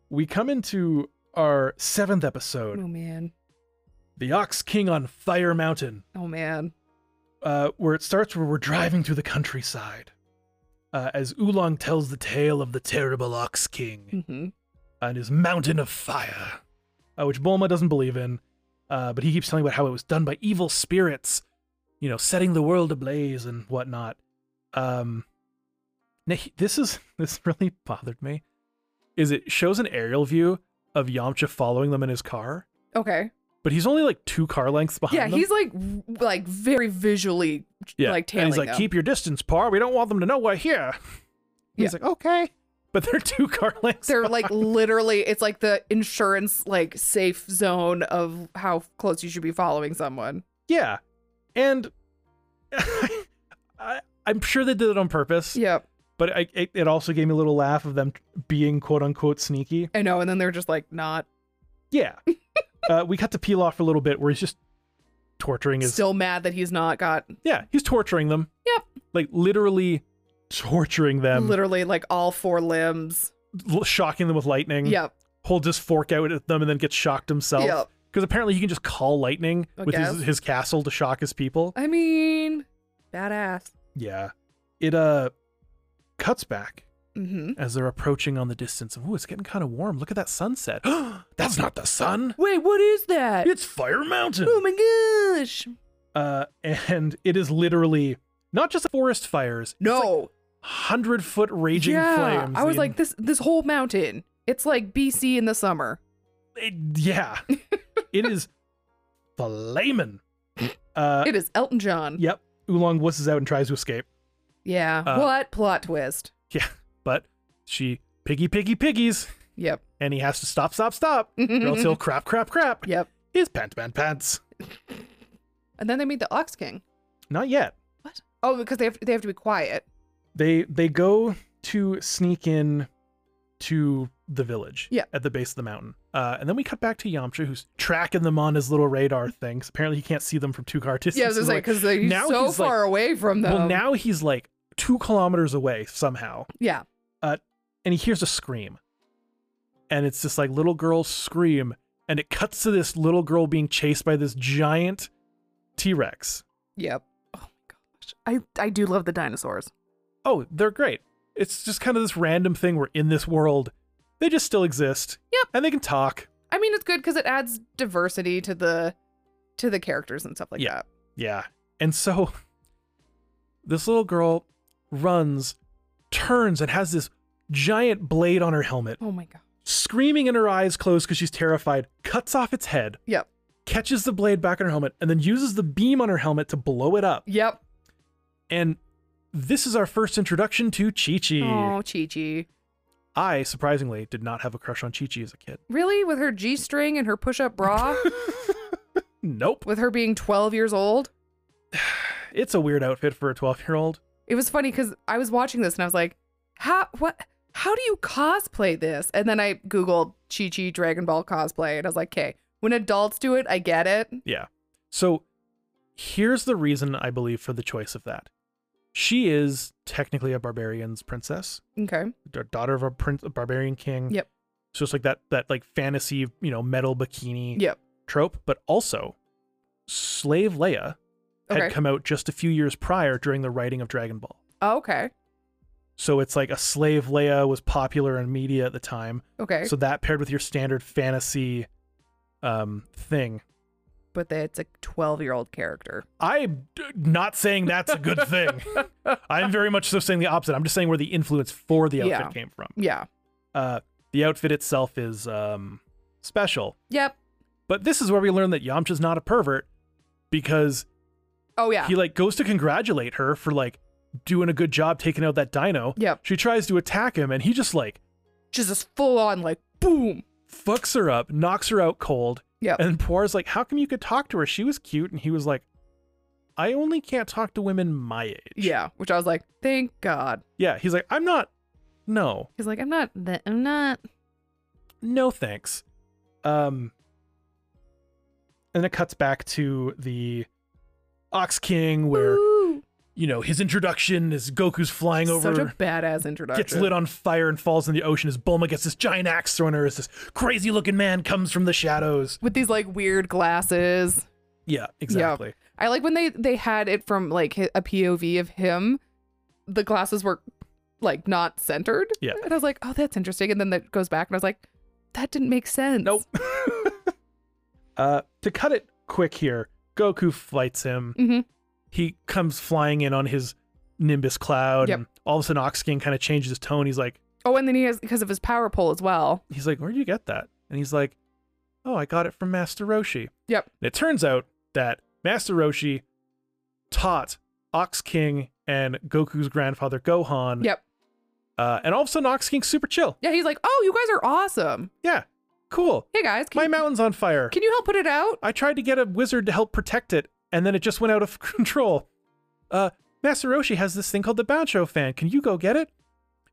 Speaker 3: we come into our
Speaker 2: Mm.
Speaker 3: seventh episode
Speaker 2: Oh man.
Speaker 3: the ox king on fire mountain
Speaker 2: Oh man.
Speaker 3: uh, where it starts where we're driving through the countryside uh, as Oolong tells the tale of the terrible Ox King
Speaker 2: hmm
Speaker 3: and his mountain of fire, uh, which Bulma doesn't believe in, uh, but he keeps telling about how it was done by evil spirits, you know, setting the world ablaze and whatnot. Um, now he- this is this really bothered me. Is it shows an aerial view of Yamcha following them in his car,
Speaker 2: Okay.
Speaker 3: but he's only like two car lengths behind
Speaker 2: Yeah,
Speaker 3: them.
Speaker 2: he's like v- like very visually like
Speaker 3: and he's
Speaker 2: tailing
Speaker 3: like,
Speaker 2: them.
Speaker 3: keep your distance, Par. We don't want them to know we're here. He's
Speaker 2: Yeah.
Speaker 3: like, okay, but they're two car lengths.
Speaker 2: they're like literally it's like the insurance like safe zone of how close you should be following someone.
Speaker 3: Yeah. And I, I'm sure they did it on purpose,
Speaker 2: Yep.
Speaker 3: but I, it, it also gave me a little laugh of them being quote unquote sneaky.
Speaker 2: I know, and then they're just like not
Speaker 3: Yeah. uh, we cut to Peel off for a little bit where he's just torturing his.
Speaker 2: still mad that he's not got
Speaker 3: yeah, he's torturing them.
Speaker 2: Yep.
Speaker 3: Like literally torturing them,
Speaker 2: literally like all four limbs.
Speaker 3: l- shocking them with lightning.
Speaker 2: Yep.
Speaker 3: Holds his fork out at them and then gets shocked himself.
Speaker 2: Yep.
Speaker 3: Because apparently he can just call lightning
Speaker 2: I
Speaker 3: with his,
Speaker 2: guess.
Speaker 3: his castle to shock his people.
Speaker 2: I mean, badass.
Speaker 3: Yeah. It uh cuts back
Speaker 2: Mm-hmm.
Speaker 3: as they're approaching on the distance. Ooh, it's getting kind of warm. Look at that sunset. That's not the sun.
Speaker 2: Wait, what is that?
Speaker 3: It's Fire Mountain.
Speaker 2: Oh my gosh.
Speaker 3: Uh, and it is literally not just forest fires,
Speaker 2: No.
Speaker 3: hundred foot raging
Speaker 2: yeah.
Speaker 3: flames.
Speaker 2: I was
Speaker 3: The-
Speaker 2: like this this whole mountain. It's like BC in the summer.
Speaker 3: It- yeah, it is flaming. Uh,
Speaker 2: It is Elton John.
Speaker 3: yep. Oolong wusses out and tries to escape,
Speaker 2: Yeah.
Speaker 3: Uh,
Speaker 2: what plot twist?
Speaker 3: but she piggy piggy piggies,
Speaker 2: Yep.
Speaker 3: and he has to stop stop stop, or
Speaker 2: Mm-hmm.
Speaker 3: else he'll crap crap crap.
Speaker 2: yep.
Speaker 3: His pants pants pants.
Speaker 2: And then they meet the Ox King.
Speaker 3: Not yet.
Speaker 2: What? Oh, because they have they have to be quiet.
Speaker 3: they they go to sneak in to the village
Speaker 2: Yeah.
Speaker 3: at the base of the mountain uh, and then we cut back to yamcha who's tracking them on his little radar thing 'cause apparently he can't see them from two car distance
Speaker 2: Yeah, I was just like um, because they're
Speaker 3: Now
Speaker 2: so
Speaker 3: he's like-
Speaker 2: far away from them.
Speaker 3: well now he's like two kilometers away somehow
Speaker 2: yeah.
Speaker 3: and he hears a scream and it's this like little girl scream and it cuts to this little girl being chased by this giant t-rex
Speaker 2: Yep. Oh my gosh. I I do love the dinosaurs.
Speaker 3: oh they're great it's just kind of this random thing where in this world they just still exist
Speaker 2: Yep.
Speaker 3: and they can talk
Speaker 2: I mean, it's good because it adds diversity to the to the characters and stuff like
Speaker 3: Yeah.
Speaker 2: that.
Speaker 3: Yeah. And so this little girl runs, turns, and has this giant blade on her helmet,
Speaker 2: Oh my god.
Speaker 3: screaming in her eyes closed because she's terrified, cuts off its head,
Speaker 2: Yep.
Speaker 3: catches the blade back on her helmet, and then uses the beam on her helmet to blow it up.
Speaker 2: Yep.
Speaker 3: And this is our first introduction to Chi Chi.
Speaker 2: Oh, Chi Chi.
Speaker 3: I, surprisingly, did not have a crush on Chi Chi as a kid.
Speaker 2: Really? With her G string and her push up bra?
Speaker 3: Nope.
Speaker 2: With her being 12 years old?
Speaker 3: It's a weird outfit for a 12 year old.
Speaker 2: It was funny because I was watching this and I was like, how, what, how do you cosplay this? And then I Googled Chi Chi Dragon Ball cosplay and I was like, okay, when adults do it, I get it.
Speaker 3: Yeah. So here's the reason I believe for the choice of that. She is technically a barbarian's princess,
Speaker 2: Okay.
Speaker 3: da- daughter of a prince, a barbarian king.
Speaker 2: Yep.
Speaker 3: So it's like that that like fantasy, you know, metal bikini
Speaker 2: Yep.
Speaker 3: trope, but also Slave Leia had
Speaker 2: Okay.
Speaker 3: come out just a few years prior during the writing of Dragon Ball.
Speaker 2: Oh, okay.
Speaker 3: So it's like a Slave Leia was popular in media at the time.
Speaker 2: Okay.
Speaker 3: So that paired with your standard fantasy um thing
Speaker 2: but it's a 12 year old character.
Speaker 3: I'm d- not saying that's a good thing. I'm very much so saying the opposite. I'm just saying where the influence for the outfit
Speaker 2: Yeah.
Speaker 3: came from.
Speaker 2: Yeah.
Speaker 3: Uh, the outfit itself is um, special,
Speaker 2: Yep.
Speaker 3: but this is where we learn that Yamcha's not a pervert because
Speaker 2: Oh, yeah.
Speaker 3: he like goes to congratulate her for like doing a good job taking out that dino.
Speaker 2: Yep.
Speaker 3: She tries to attack him, and he just like
Speaker 2: Just this full on, like, boom.
Speaker 3: fucks her up, knocks her out cold.
Speaker 2: Yep.
Speaker 3: And Poir's like, "How come you could talk to her? She was cute." And he was like, "I only can't talk to women my age."
Speaker 2: Yeah. Which I was like, thank God.
Speaker 3: Yeah, he's like, I'm not. No,
Speaker 2: He's like, I'm not, th- I'm not.
Speaker 3: no, thanks. Um, and it cuts back to the Ox King, where
Speaker 2: Ooh.
Speaker 3: you know his introduction is Goku's flying
Speaker 2: Such a
Speaker 3: over,
Speaker 2: badass introduction.
Speaker 3: gets lit on fire and falls in the ocean. As Bulma gets this giant axe thrown at her, as this crazy looking man comes from the shadows.
Speaker 2: with these like weird glasses.
Speaker 3: Yeah, exactly.
Speaker 2: I like when they they had it from like hi- a POV of him. The glasses were like not centered.
Speaker 3: Yeah.
Speaker 2: And I was like, oh, that's interesting. And then that goes back, and I was like, that didn't make sense.
Speaker 3: Nope. uh, to cut it quick here, Goku fights him.
Speaker 2: hmm
Speaker 3: He comes flying in on his Nimbus cloud,
Speaker 2: Yep.
Speaker 3: and all of a sudden Oxkin kind of changes his tone. He's like,
Speaker 2: Oh, and then he has because of his power pole as well.
Speaker 3: he's like, where'd you get that? And he's like, oh, I got it from Master Roshi.
Speaker 2: Yep.
Speaker 3: And it turns out that Master Roshi taught Ox King and Goku's grandfather Gohan.
Speaker 2: Yep.
Speaker 3: Uh, and all of a sudden, Ox King's super chill.
Speaker 2: Yeah. He's like, oh, you guys are awesome.
Speaker 3: Yeah, cool.
Speaker 2: Hey guys,
Speaker 3: My
Speaker 2: can,
Speaker 3: mountain's on fire.
Speaker 2: can you help put it out?
Speaker 3: I tried to get a wizard to help protect it, and then it just went out of control. Uh, Master Roshi has this thing called the Bancho fan. Can you go get it?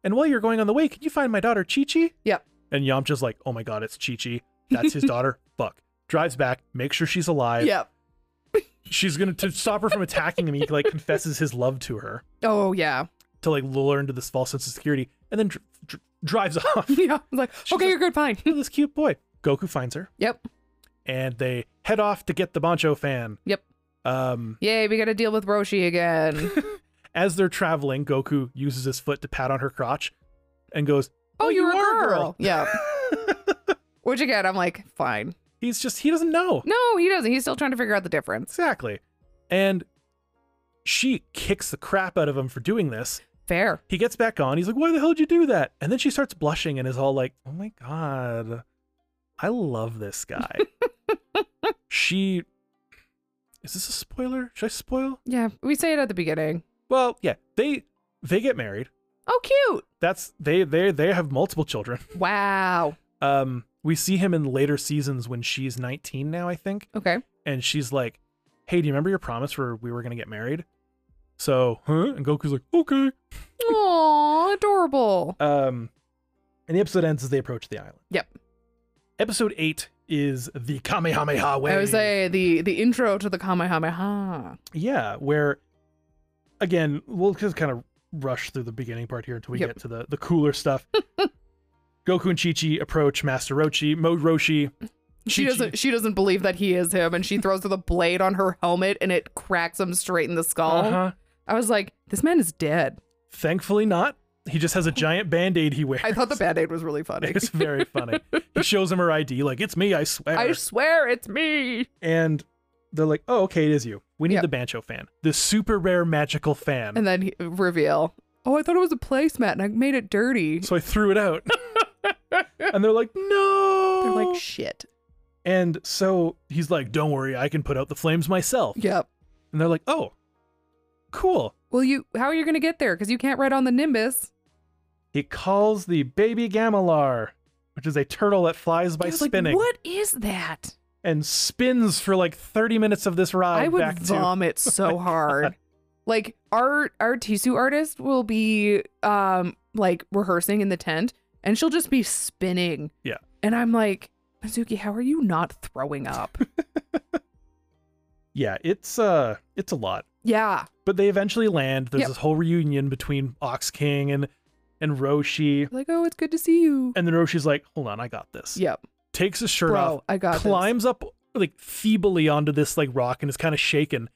Speaker 3: And while you're going on the way, can you find my daughter Chi Chi?
Speaker 2: Yep.
Speaker 3: And Yamcha's like, oh my god, it's Chi Chi. That's his daughter. Fuck. Drives back, makes sure she's alive.
Speaker 2: Yep.
Speaker 3: She's gonna to stop her from attacking him. He like confesses his love to her
Speaker 2: Oh yeah.
Speaker 3: to like lure her into this false sense of security, and then dr- dr- drives off.
Speaker 2: yeah. I was like,
Speaker 3: She's
Speaker 2: okay,
Speaker 3: a-
Speaker 2: you're good. Fine.
Speaker 3: this cute boy. Goku finds her,
Speaker 2: yep.
Speaker 3: and they head off to get the Bancho fan.
Speaker 2: Yep.
Speaker 3: Um,
Speaker 2: Yay, we got to deal with Roshi again.
Speaker 3: as they're traveling, Goku uses his foot to pat on her crotch and goes,
Speaker 2: oh,
Speaker 3: you
Speaker 2: you're
Speaker 3: are
Speaker 2: a girl. Yeah. Which again, I'm like, fine.
Speaker 3: He's just, he doesn't know.
Speaker 2: No, he doesn't. He's still trying to figure out the difference.
Speaker 3: Exactly. And she kicks the crap out of him for doing this.
Speaker 2: Fair.
Speaker 3: He gets back on. He's like, why the hell did you do that? And then she starts blushing and is all like, oh my God, I love this guy. she, is this a spoiler? Should I spoil?
Speaker 2: Yeah, we say it at the beginning.
Speaker 3: Well, yeah, they, they get married.
Speaker 2: Oh, cute.
Speaker 3: That's, they, they, they have multiple children.
Speaker 2: Wow.
Speaker 3: um we see him in later seasons when she's 19 now i think
Speaker 2: Okay.
Speaker 3: and she's like hey do you remember your promise where we were going to get married so huh and goku's like okay
Speaker 2: Aw, adorable.
Speaker 3: um and the episode ends as they approach the island
Speaker 2: Yep.
Speaker 3: episode 8 is the kamehameha way
Speaker 2: I would say the the intro to the Kamehameha.
Speaker 3: yeah where again we'll just kind of rush through the beginning part here until we
Speaker 2: Yep.
Speaker 3: get to the the cooler stuff goku and chi-chi approach master roshi mo roshi
Speaker 2: She
Speaker 3: Chi-Chi-
Speaker 2: doesn't she doesn't believe that he is him and she throws the blade on her helmet and it cracks him straight in the skull.
Speaker 3: uh-huh
Speaker 2: I was like, this man is dead.
Speaker 3: Thankfully, not. He just has a giant band aid he wears.
Speaker 2: I thought the band-aid was really funny.
Speaker 3: it's very funny. He shows him her ID, like, it's me, I swear.
Speaker 2: I swear it's me.
Speaker 3: and they're like, oh, okay, it is you. We need
Speaker 2: Yep.
Speaker 3: the Bancho fan, the super rare magical fan.
Speaker 2: And then he, reveal. Oh, I thought it was a placemat and I made it dirty.
Speaker 3: so I threw it out. and they're like, no.
Speaker 2: They're like, shit.
Speaker 3: and so he's like, don't worry, I can put out the flames myself.
Speaker 2: Yep.
Speaker 3: And they're like, oh, cool.
Speaker 2: Well, you how are you going to get there? Because you can't ride on the Nimbus.
Speaker 3: He calls the baby Gamelar, which is a turtle that flies by
Speaker 2: I was like,
Speaker 3: spinning,
Speaker 2: what is that?
Speaker 3: and spins for like 30 minutes of this ride
Speaker 2: I would
Speaker 3: Oh, back to
Speaker 2: vomit so hard. Like our our Tisu artist will be um like rehearsing in the tent, and she'll just be spinning.
Speaker 3: Yeah.
Speaker 2: And I'm like, Mizuki, how are you not throwing up?
Speaker 3: yeah it's uh it's a lot
Speaker 2: yeah.
Speaker 3: but they eventually land there's
Speaker 2: Yep.
Speaker 3: this whole reunion between ox king and and roshi
Speaker 2: Like, oh, it's good to see you.
Speaker 3: and then roshi's like hold on i got this
Speaker 2: Yep.
Speaker 3: takes his shirt
Speaker 2: Bro, I got
Speaker 3: off
Speaker 2: this.
Speaker 3: climbs up like feebly onto this like rock and is kind of shaken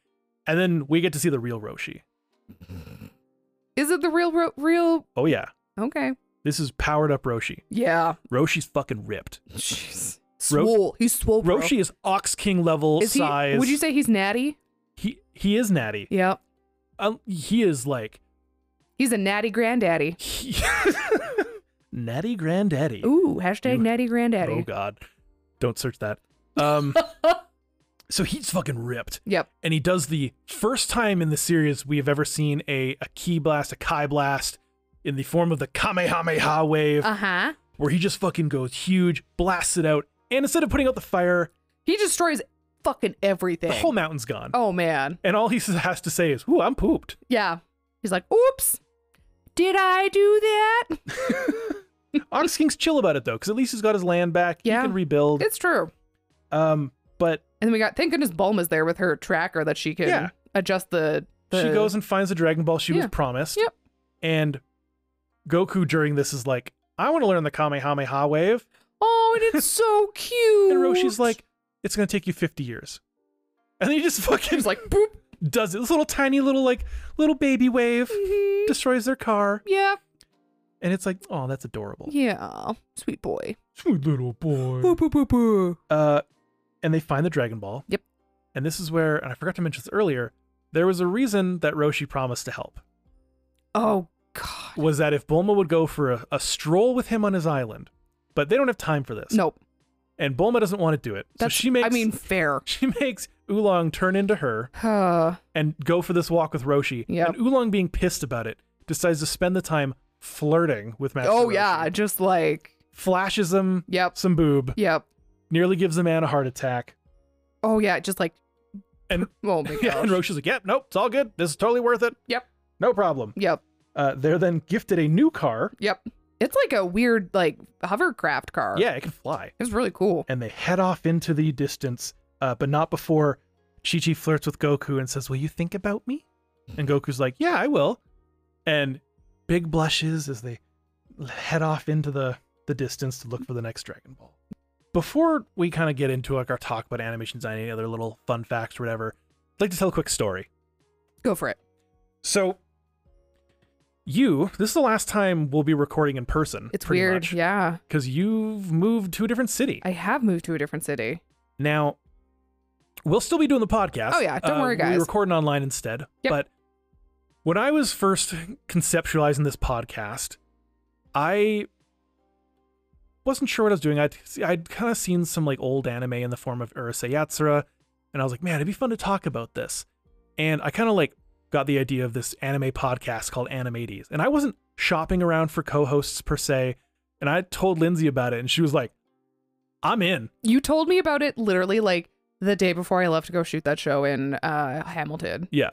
Speaker 3: and then we get to see the real roshi
Speaker 2: Is it the real real? real?
Speaker 3: oh yeah
Speaker 2: Okay.
Speaker 3: this is powered up roshi
Speaker 2: Yeah.
Speaker 3: roshi's fucking ripped
Speaker 2: Jeez.
Speaker 3: Ro-
Speaker 2: Swole. He's swole. Oh, Bro.
Speaker 3: roshi is ox king level
Speaker 2: is he?
Speaker 3: size
Speaker 2: Would you say he's natty?
Speaker 3: he he is natty
Speaker 2: Yeah.
Speaker 3: Um, he is like
Speaker 2: He's a natty granddaddy.
Speaker 3: he- natty granddaddy
Speaker 2: Ooh, hashtag
Speaker 3: You-
Speaker 2: natty
Speaker 3: Oh
Speaker 2: granddaddy.
Speaker 3: God, don't search that. Um, so he's fucking ripped,
Speaker 2: yep.
Speaker 3: and he does the first time in the series we have ever seen a a key blast, a kai blast, in the form of the kamehameha wave,
Speaker 2: Uh huh.
Speaker 3: where he just fucking goes huge, blasts it out, and instead of putting out the fire,
Speaker 2: He destroys fucking everything.
Speaker 3: the whole mountain's gone,
Speaker 2: oh man.
Speaker 3: and all he s- has to say is, "Ooh, I'm pooped."
Speaker 2: Yeah. He's like, oops. Did I do that?
Speaker 3: Ox King's chill about it though, because at least he's got his land back.
Speaker 2: Yeah.
Speaker 3: he can rebuild.
Speaker 2: It's true.
Speaker 3: Um, but
Speaker 2: And then we got thank goodness Bulma's there with her tracker that she can
Speaker 3: Yeah.
Speaker 2: adjust the, the
Speaker 3: she goes and finds the Dragon Ball she was
Speaker 2: Yeah.
Speaker 3: promised.
Speaker 2: Yep.
Speaker 3: And Goku during this is like, I want to learn the Kamehameha wave.
Speaker 2: Oh, and it's so cute.
Speaker 3: And Roshi's like, it's going to take you 50 years. And then he just fucking
Speaker 2: He's like, boop.
Speaker 3: does it. This little tiny little like little baby wave
Speaker 2: mhm,
Speaker 3: destroys their car.
Speaker 2: Yeah.
Speaker 3: And it's like, oh, that's adorable.
Speaker 2: Yeah. Sweet boy.
Speaker 3: Sweet little boy.
Speaker 2: Boop, boop, boop, boop.
Speaker 3: Uh, and they find the Dragon Ball.
Speaker 2: Yep.
Speaker 3: And this is where, and I forgot to mention this earlier, there was a reason that Roshi promised to help.
Speaker 2: Oh, God.
Speaker 3: Was that if Bulma would go for a, a stroll with him on his island, but they don't have time for this.
Speaker 2: Nope.
Speaker 3: And Bulma doesn't want to do it.
Speaker 2: That's,
Speaker 3: so she makes
Speaker 2: I mean, fair.
Speaker 3: she makes Oolong turn into her
Speaker 2: Uh,
Speaker 3: and go for this walk with Roshi.
Speaker 2: Yep.
Speaker 3: And Oolong being pissed about it, decides to spend the time flirting with Master
Speaker 2: oh,
Speaker 3: Roshi.
Speaker 2: yeah. Just like,
Speaker 3: Flashes him
Speaker 2: yep.
Speaker 3: some boob,
Speaker 2: Yep.
Speaker 3: nearly gives the man a heart attack.
Speaker 2: Oh, yeah. Just like,
Speaker 3: And
Speaker 2: oh, my
Speaker 3: yeah, and
Speaker 2: gosh.
Speaker 3: Roshi's like, yep, nope, it's all good. This is totally worth it.
Speaker 2: Yep.
Speaker 3: No problem.
Speaker 2: Yep.
Speaker 3: Uh, they're then gifted a new car.
Speaker 2: Yep. It's like a weird, like, hovercraft car.
Speaker 3: Yeah, it can fly.
Speaker 2: It's really cool.
Speaker 3: And they head off into the distance, uh, but not before Chi Chi flirts with Goku and says, Will you think about me? And Goku's like, Yeah, I will. And big blushes as they head off into the, the distance to look for the next Dragon Ball. Before we kind of get into like our talk about animation design, any other little fun facts or whatever, I'd like to tell a quick story.
Speaker 2: Go for it.
Speaker 3: So you, this is the last time we'll be recording in person.
Speaker 2: It's weird. Yeah.
Speaker 3: Because you've moved to a different city.
Speaker 2: I have moved to a different city.
Speaker 3: Now, we'll still be doing the podcast.
Speaker 2: Oh, yeah. Don't worry, guys.
Speaker 3: We're recording online instead.
Speaker 2: Yep.
Speaker 3: But when I was first conceptualizing this podcast, I wasn't sure what I was doing. I'd, I'd kind of seen some like old anime in the form of Urusei Yatsura, and I was like, man, it'd be fun to talk about this. And I kind of like got the idea of this anime podcast called Animates. And I wasn't shopping around for co-hosts per se. And I told Lindsay about it, and she was like, I'm in.
Speaker 2: You told me about it literally like the day before I left to go shoot that show in uh, Hamilton.
Speaker 3: Yeah.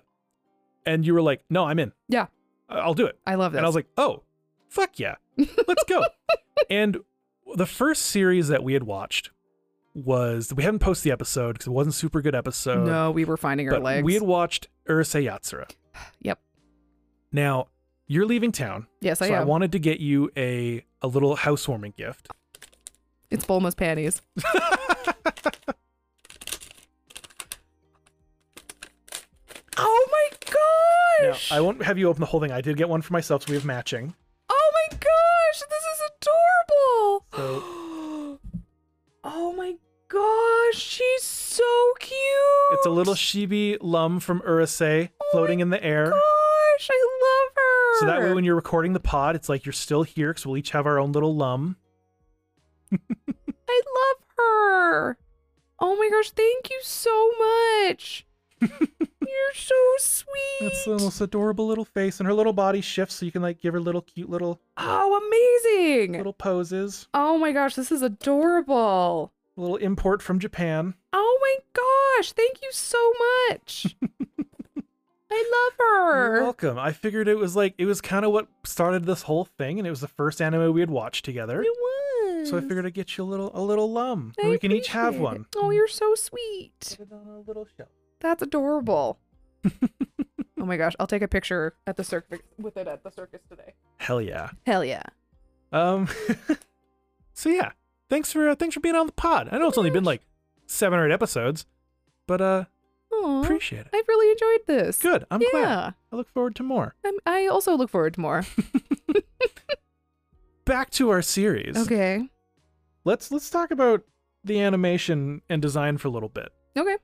Speaker 3: And you were like, no, I'm in.
Speaker 2: Yeah.
Speaker 3: I- I'll do it.
Speaker 2: I love this.
Speaker 3: And I was like, oh, fuck yeah. Let's go. and the first series that we had watched was we haven't posted the episode because it wasn't a super good episode.
Speaker 2: no, we were finding our
Speaker 3: but
Speaker 2: legs.
Speaker 3: we had watched Urusei Yatsura.
Speaker 2: Yep.
Speaker 3: Now, you're leaving town,
Speaker 2: Yes, I
Speaker 3: so I
Speaker 2: am.
Speaker 3: wanted to get you a a little housewarming gift.
Speaker 2: it's Bulma's panties. oh my
Speaker 3: Now,
Speaker 2: gosh!
Speaker 3: I won't have you open the whole thing. I did get one for myself, so we have matching.
Speaker 2: oh my gosh! This is adorable.
Speaker 3: So-
Speaker 2: oh my gosh! She's so cute. Oh
Speaker 3: It's a little chibi lum from Urusei floating in the air.
Speaker 2: gosh. I love her.
Speaker 3: So that way, when you're recording the pod, it's like you're still here because we'll each have our own little lum.
Speaker 2: I love her. Oh my gosh, thank you so much. You're so sweet.
Speaker 3: It's the most adorable little face, and her little body shifts so you can like give her little cute little
Speaker 2: oh, amazing.
Speaker 3: little poses.
Speaker 2: Oh my gosh, this is adorable.
Speaker 3: A little import from Japan.
Speaker 2: Oh my gosh, thank you so much. I love
Speaker 3: You're
Speaker 2: her.
Speaker 3: welcome. I figured it was like it was kind of what started this whole thing, and it was the first anime we had watched together.
Speaker 2: It was.
Speaker 3: So I figured I'd get you a little a little lum,
Speaker 2: I
Speaker 3: and we can each have
Speaker 2: appreciate it.
Speaker 3: one.
Speaker 2: Oh, you're so sweet.
Speaker 3: Put it on a little shelf.
Speaker 2: That's adorable. oh my gosh, I'll take a picture at the circus with it at the circus today.
Speaker 3: Hell yeah.
Speaker 2: Hell yeah.
Speaker 3: Um. so yeah, thanks for uh, thanks for being on the pod. I know it's only been like seven or eight episodes, but uh,
Speaker 2: Aw.
Speaker 3: appreciate it.
Speaker 2: I've really enjoyed this.
Speaker 3: Good. I'm glad.
Speaker 2: yeah.
Speaker 3: I look forward to more.
Speaker 2: I'm, I also look forward to more.
Speaker 3: Back to our series.
Speaker 2: okay.
Speaker 3: Let's let's talk about the animation and design for a little bit.
Speaker 2: Okay.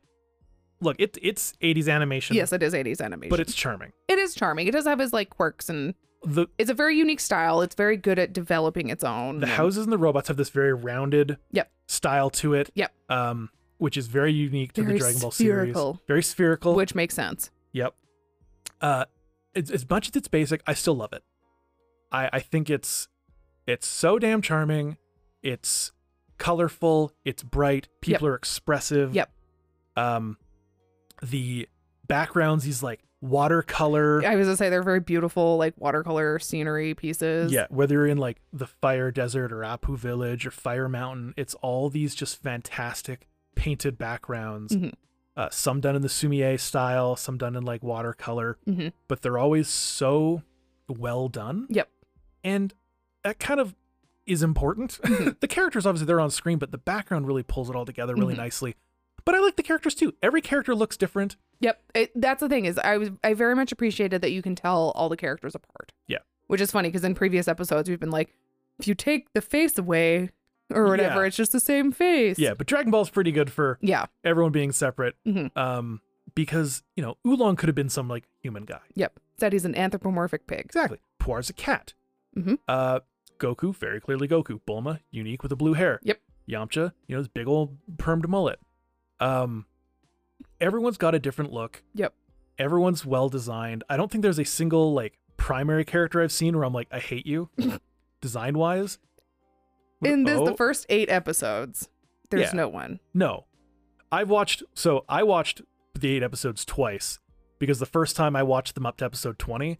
Speaker 3: Look, it it's 80s animation.
Speaker 2: Yes, it is 80s animation.
Speaker 3: But it's charming.
Speaker 2: it is charming. It does have its like quirks and
Speaker 3: The
Speaker 2: it's a very unique style. It's very good at developing its own.
Speaker 3: the
Speaker 2: and-
Speaker 3: houses and the robots have this very rounded
Speaker 2: Mm-hmm. Yep.
Speaker 3: style to it.
Speaker 2: Yep.
Speaker 3: Um, which is very unique to
Speaker 2: Very
Speaker 3: the Dragon Ball
Speaker 2: spherical.
Speaker 3: series. Very spherical.
Speaker 2: Which makes sense.
Speaker 3: Yep. Uh, as, as much as it's basic, I still love it. I I think it's it's so damn charming. It's colorful. It's bright. People are expressive.
Speaker 2: Yep.
Speaker 3: Um, the backgrounds, these like watercolor.
Speaker 2: I was gonna say they're very beautiful, like watercolor scenery pieces.
Speaker 3: Yeah, whether you're in like the Fire Desert or Apu Village or Fire Mountain, it's all these just fantastic painted backgrounds.
Speaker 2: Mhm.
Speaker 3: Uh, some done in the Sumier style, some done in like watercolor,
Speaker 2: Mhm.
Speaker 3: but they're always so well done.
Speaker 2: Yep.
Speaker 3: And that kind of is important. the characters, obviously, they're on screen, but the background really pulls it all together really
Speaker 2: Mhm.
Speaker 3: nicely. But I like the characters too. Every character looks different.
Speaker 2: Yep, it, that's the thing is I was I very much appreciated that you can tell all the characters apart.
Speaker 3: Yeah.
Speaker 2: which is funny because in previous episodes we've been like, if you take the face away or whatever,
Speaker 3: Yeah.
Speaker 2: it's just the same face.
Speaker 3: Yeah, but Dragon Ball's pretty good for
Speaker 2: yeah,
Speaker 3: everyone being separate.
Speaker 2: Mhm.
Speaker 3: Um, because you know Oolong could have been some like human guy.
Speaker 2: yep. Said he's an anthropomorphic pig.
Speaker 3: Exactly. Puar's a cat.
Speaker 2: Mhm.
Speaker 3: Uh, Goku, very clearly Goku. Bulma, unique with the blue hair.
Speaker 2: Yep.
Speaker 3: Yamcha, you know, this big old permed mullet. Um, everyone's got a different look.
Speaker 2: Yep.
Speaker 3: Everyone's well designed. I don't think there's a single like primary character I've seen where I'm like, I hate you, design wise.
Speaker 2: In this, the
Speaker 3: Oh.
Speaker 2: first eight episodes, there's
Speaker 3: Yeah.
Speaker 2: no one.
Speaker 3: No. I've watched so I watched the eight episodes twice because the first time I watched them up to episode 20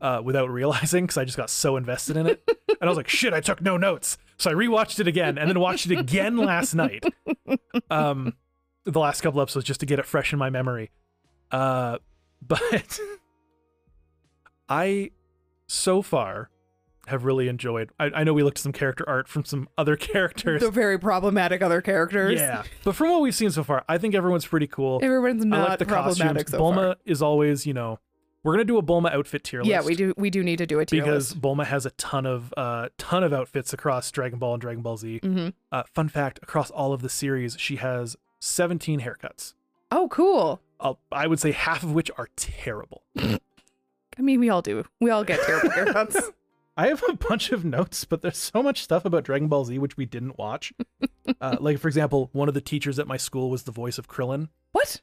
Speaker 3: uh, without realizing because I just got so invested in it. and I was like, shit, I took no notes. So I rewatched it again and then watched it again last night. Um, the last couple episodes just to get it fresh in my memory. Uh, but I so far have really enjoyed. I, I know we looked at some character art from some other characters.
Speaker 2: The very problematic other characters.
Speaker 3: Yeah, but from what we've seen so far, I think everyone's pretty cool.
Speaker 2: everyone's
Speaker 3: I
Speaker 2: not
Speaker 3: like the
Speaker 2: problematic
Speaker 3: costumes.
Speaker 2: so
Speaker 3: Bulma
Speaker 2: far.
Speaker 3: is always, you know, we're gonna do a Bulma outfit tier list.
Speaker 2: Yeah, we do. We do need to do a tier
Speaker 3: because Bulma has a ton of uh ton of outfits across Dragon Ball and Dragon Ball Z.
Speaker 2: hmm
Speaker 3: Uh, fun fact: across all of the series, she has 17 haircuts.
Speaker 2: Oh, cool.
Speaker 3: Uh, I would say half of which are terrible.
Speaker 2: I mean, we all do. We all get terrible haircuts.
Speaker 3: I have a bunch of notes, but there's so much stuff about Dragon Ball Z which we didn't watch. uh, like for example, one of the teachers at my school was the voice of Krillin.
Speaker 2: What?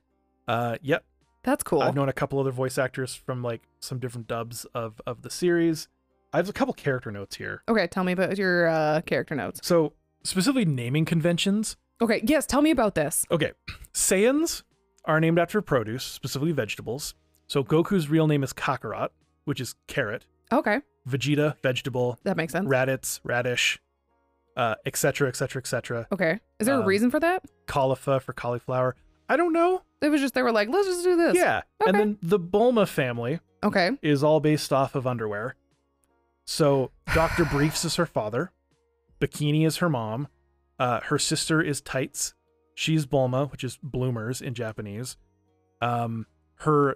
Speaker 3: Uh, yep,
Speaker 2: That's cool.
Speaker 3: I've known a couple other voice actors from like some different dubs of of the series. I have a couple character notes here.
Speaker 2: Okay, tell me about your uh, character notes.
Speaker 3: So specifically naming conventions.
Speaker 2: Okay, yes, tell me about this.
Speaker 3: Okay, Saiyans are named after produce, specifically vegetables. So Goku's real name is Kakarot, which is carrot.
Speaker 2: Okay,
Speaker 3: Vegeta, vegetable.
Speaker 2: that makes sense.
Speaker 3: Raditz, radish, uh, etc. etc. etc.
Speaker 2: Okay, is there a
Speaker 3: Um,
Speaker 2: reason for that?
Speaker 3: Cauliflower for cauliflower. I don't know.
Speaker 2: It was just they were like, let's just do this.
Speaker 3: Yeah, and
Speaker 2: Okay.
Speaker 3: then the Bulma family
Speaker 2: Okay.
Speaker 3: is all based off of underwear. So Dr. Briefs is her father, Bikini is her mom, uh, her sister is Tights, she's Bulma, which is bloomers in Japanese. Um, her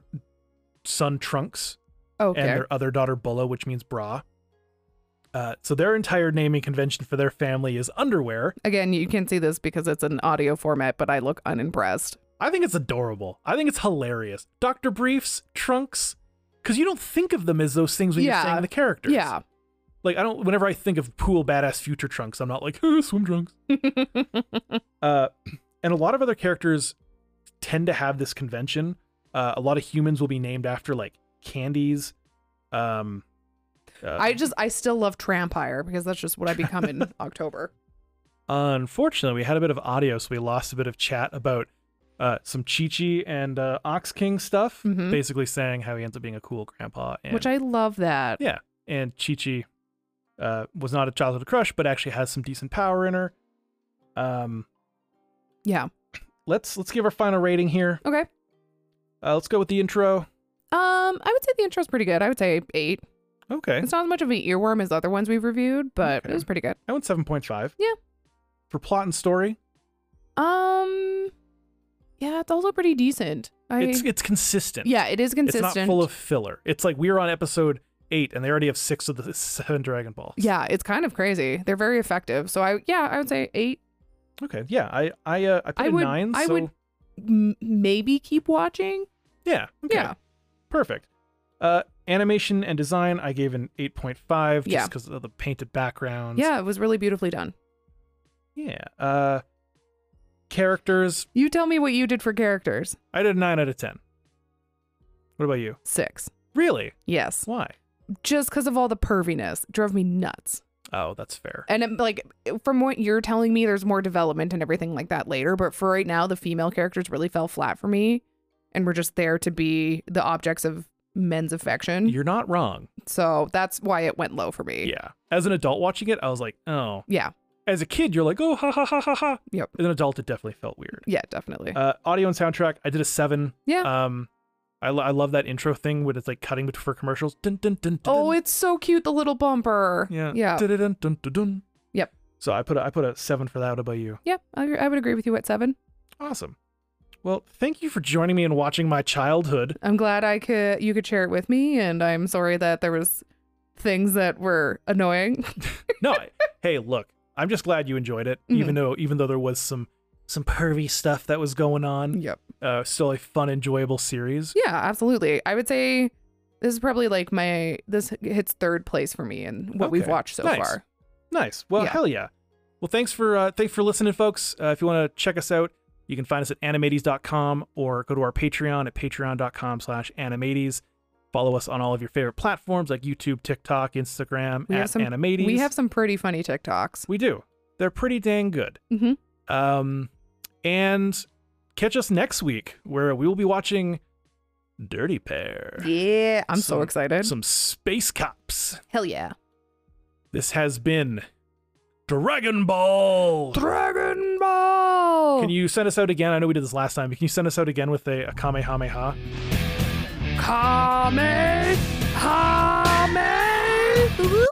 Speaker 3: son Trunks
Speaker 2: Okay.
Speaker 3: and their other daughter Bulla, which means bra. Uh, so their entire naming convention for their family is underwear.
Speaker 2: Again, you can see this because it's an audio format, but I look unimpressed.
Speaker 3: I think it's adorable. I think it's hilarious. Dr. Briefs, Trunks, because you don't think of them as those things when
Speaker 2: Yeah.
Speaker 3: you're saying the characters.
Speaker 2: Yeah.
Speaker 3: Like I don't. Whenever I think of cool, badass future trunks, I'm not like "Huh, swim trunks. uh, and a lot of other characters tend to have this convention. Uh, a lot of humans will be named after like candies. Um, uh,
Speaker 2: I just, I still love Trampire because that's just what I become in October.
Speaker 3: unfortunately, we had a bit of audio, so we lost a bit of chat about uh, some Chi Chi and uh, Ox King stuff.
Speaker 2: Mhm.
Speaker 3: Basically, saying how he ends up being a cool grandpa, and
Speaker 2: Which I love that.
Speaker 3: yeah, and Chi Chi uh, was not a childhood crush, but actually has some decent power in her. Um.
Speaker 2: Yeah.
Speaker 3: let's let's give our final rating here.
Speaker 2: Okay.
Speaker 3: Uh, let's go with the intro.
Speaker 2: Um, I would say the intro's pretty good. I would say eight.
Speaker 3: Okay,
Speaker 2: It's not as much of an earworm as other ones we've reviewed, but
Speaker 3: Okay.
Speaker 2: it was pretty good.
Speaker 3: I went seven point five.
Speaker 2: Yeah.
Speaker 3: For plot and story,
Speaker 2: Um, yeah, it's also pretty decent. I,
Speaker 3: it's it's consistent.
Speaker 2: yeah, it is consistent.
Speaker 3: It's not full of filler. It's like we're on episode eight, and they already have six of the seven Dragon Balls.
Speaker 2: Yeah, it's kind of crazy. They're very effective. So I, yeah, I would say eight.
Speaker 3: Okay. Yeah. I I uh, I put
Speaker 2: I
Speaker 3: a
Speaker 2: would-
Speaker 3: nine.
Speaker 2: I
Speaker 3: so
Speaker 2: would- M- maybe keep watching.
Speaker 3: Yeah. Okay.
Speaker 2: Yeah.
Speaker 3: Perfect. Uh, animation and design, I gave an eight point five, just
Speaker 2: Yeah.
Speaker 3: because of the painted backgrounds.
Speaker 2: Yeah, it was really beautifully done.
Speaker 3: Yeah. Uh, characters,
Speaker 2: You tell me what you did for characters.
Speaker 3: I did a nine out of ten. What about you?
Speaker 2: Six.
Speaker 3: Really?
Speaker 2: Yes.
Speaker 3: Why?
Speaker 2: Just because of all the perviness. Drove me nuts.
Speaker 3: Oh, that's fair.
Speaker 2: And it, like, from what you're telling me, there's more development and everything like that later. But for right now, the female characters really fell flat for me and were just there to be the objects of men's affection.
Speaker 3: You're not wrong.
Speaker 2: so that's why it went low for me.
Speaker 3: Yeah. As an adult watching it, I was like, oh.
Speaker 2: Yeah.
Speaker 3: As a kid, you're like, oh, ha ha ha ha ha.
Speaker 2: Yep.
Speaker 3: As an adult, it definitely felt weird.
Speaker 2: Yeah, definitely.
Speaker 3: Uh, audio and soundtrack, I did a seven.
Speaker 2: yeah.
Speaker 3: Um, I, lo- I love that intro thing when it's like cutting bet- for commercials. Dun, dun, dun, dun,
Speaker 2: Oh,
Speaker 3: dun.
Speaker 2: it's so cute, the little bumper.
Speaker 3: yeah,
Speaker 2: Yeah.
Speaker 3: Dun, dun, dun, dun, dun.
Speaker 2: Yep.
Speaker 3: So I put a, I put a seven for that. What about you?
Speaker 2: Yeah, I, I would agree with you at seven.
Speaker 3: Awesome. Well, thank you for joining me and watching my childhood.
Speaker 2: I'm glad I could you could share it with me, and I'm sorry that there was things that were annoying.
Speaker 3: No, I- hey, look, I'm just glad you enjoyed it,
Speaker 2: Mm-hmm.
Speaker 3: even though even though there was some some pervy stuff that was going on.
Speaker 2: yep.
Speaker 3: Uh, still a fun, enjoyable series.
Speaker 2: Yeah, absolutely. I would say this is probably like my this hits third place for me in what we've
Speaker 3: Okay.
Speaker 2: watched so
Speaker 3: Nice.
Speaker 2: far.
Speaker 3: Nice. Well,
Speaker 2: Yeah.
Speaker 3: hell yeah. Well, thanks for uh, thanks for listening, folks. Uh, if you want to check us out, you can find us at animates.com or go to our Patreon at patreon.com slash animates. Follow us on all of your favorite platforms like YouTube, TikTok, Instagram,
Speaker 2: We have
Speaker 3: at
Speaker 2: some-
Speaker 3: animates.
Speaker 2: We have some pretty funny TikToks.
Speaker 3: We do. They're pretty dang good.
Speaker 2: Mhm.
Speaker 3: Um, and catch us next week where we will be watching Dirty Pair.
Speaker 2: Yeah, I'm so
Speaker 3: Some-
Speaker 2: excited.
Speaker 3: Some space cops.
Speaker 2: Hell yeah.
Speaker 3: This has been Dragon Ball.
Speaker 2: Dragon Ball.
Speaker 3: Can you send us out again? I know we did this last time, but can you send us out again with a, a Kamehameha?
Speaker 2: Kame? Kame?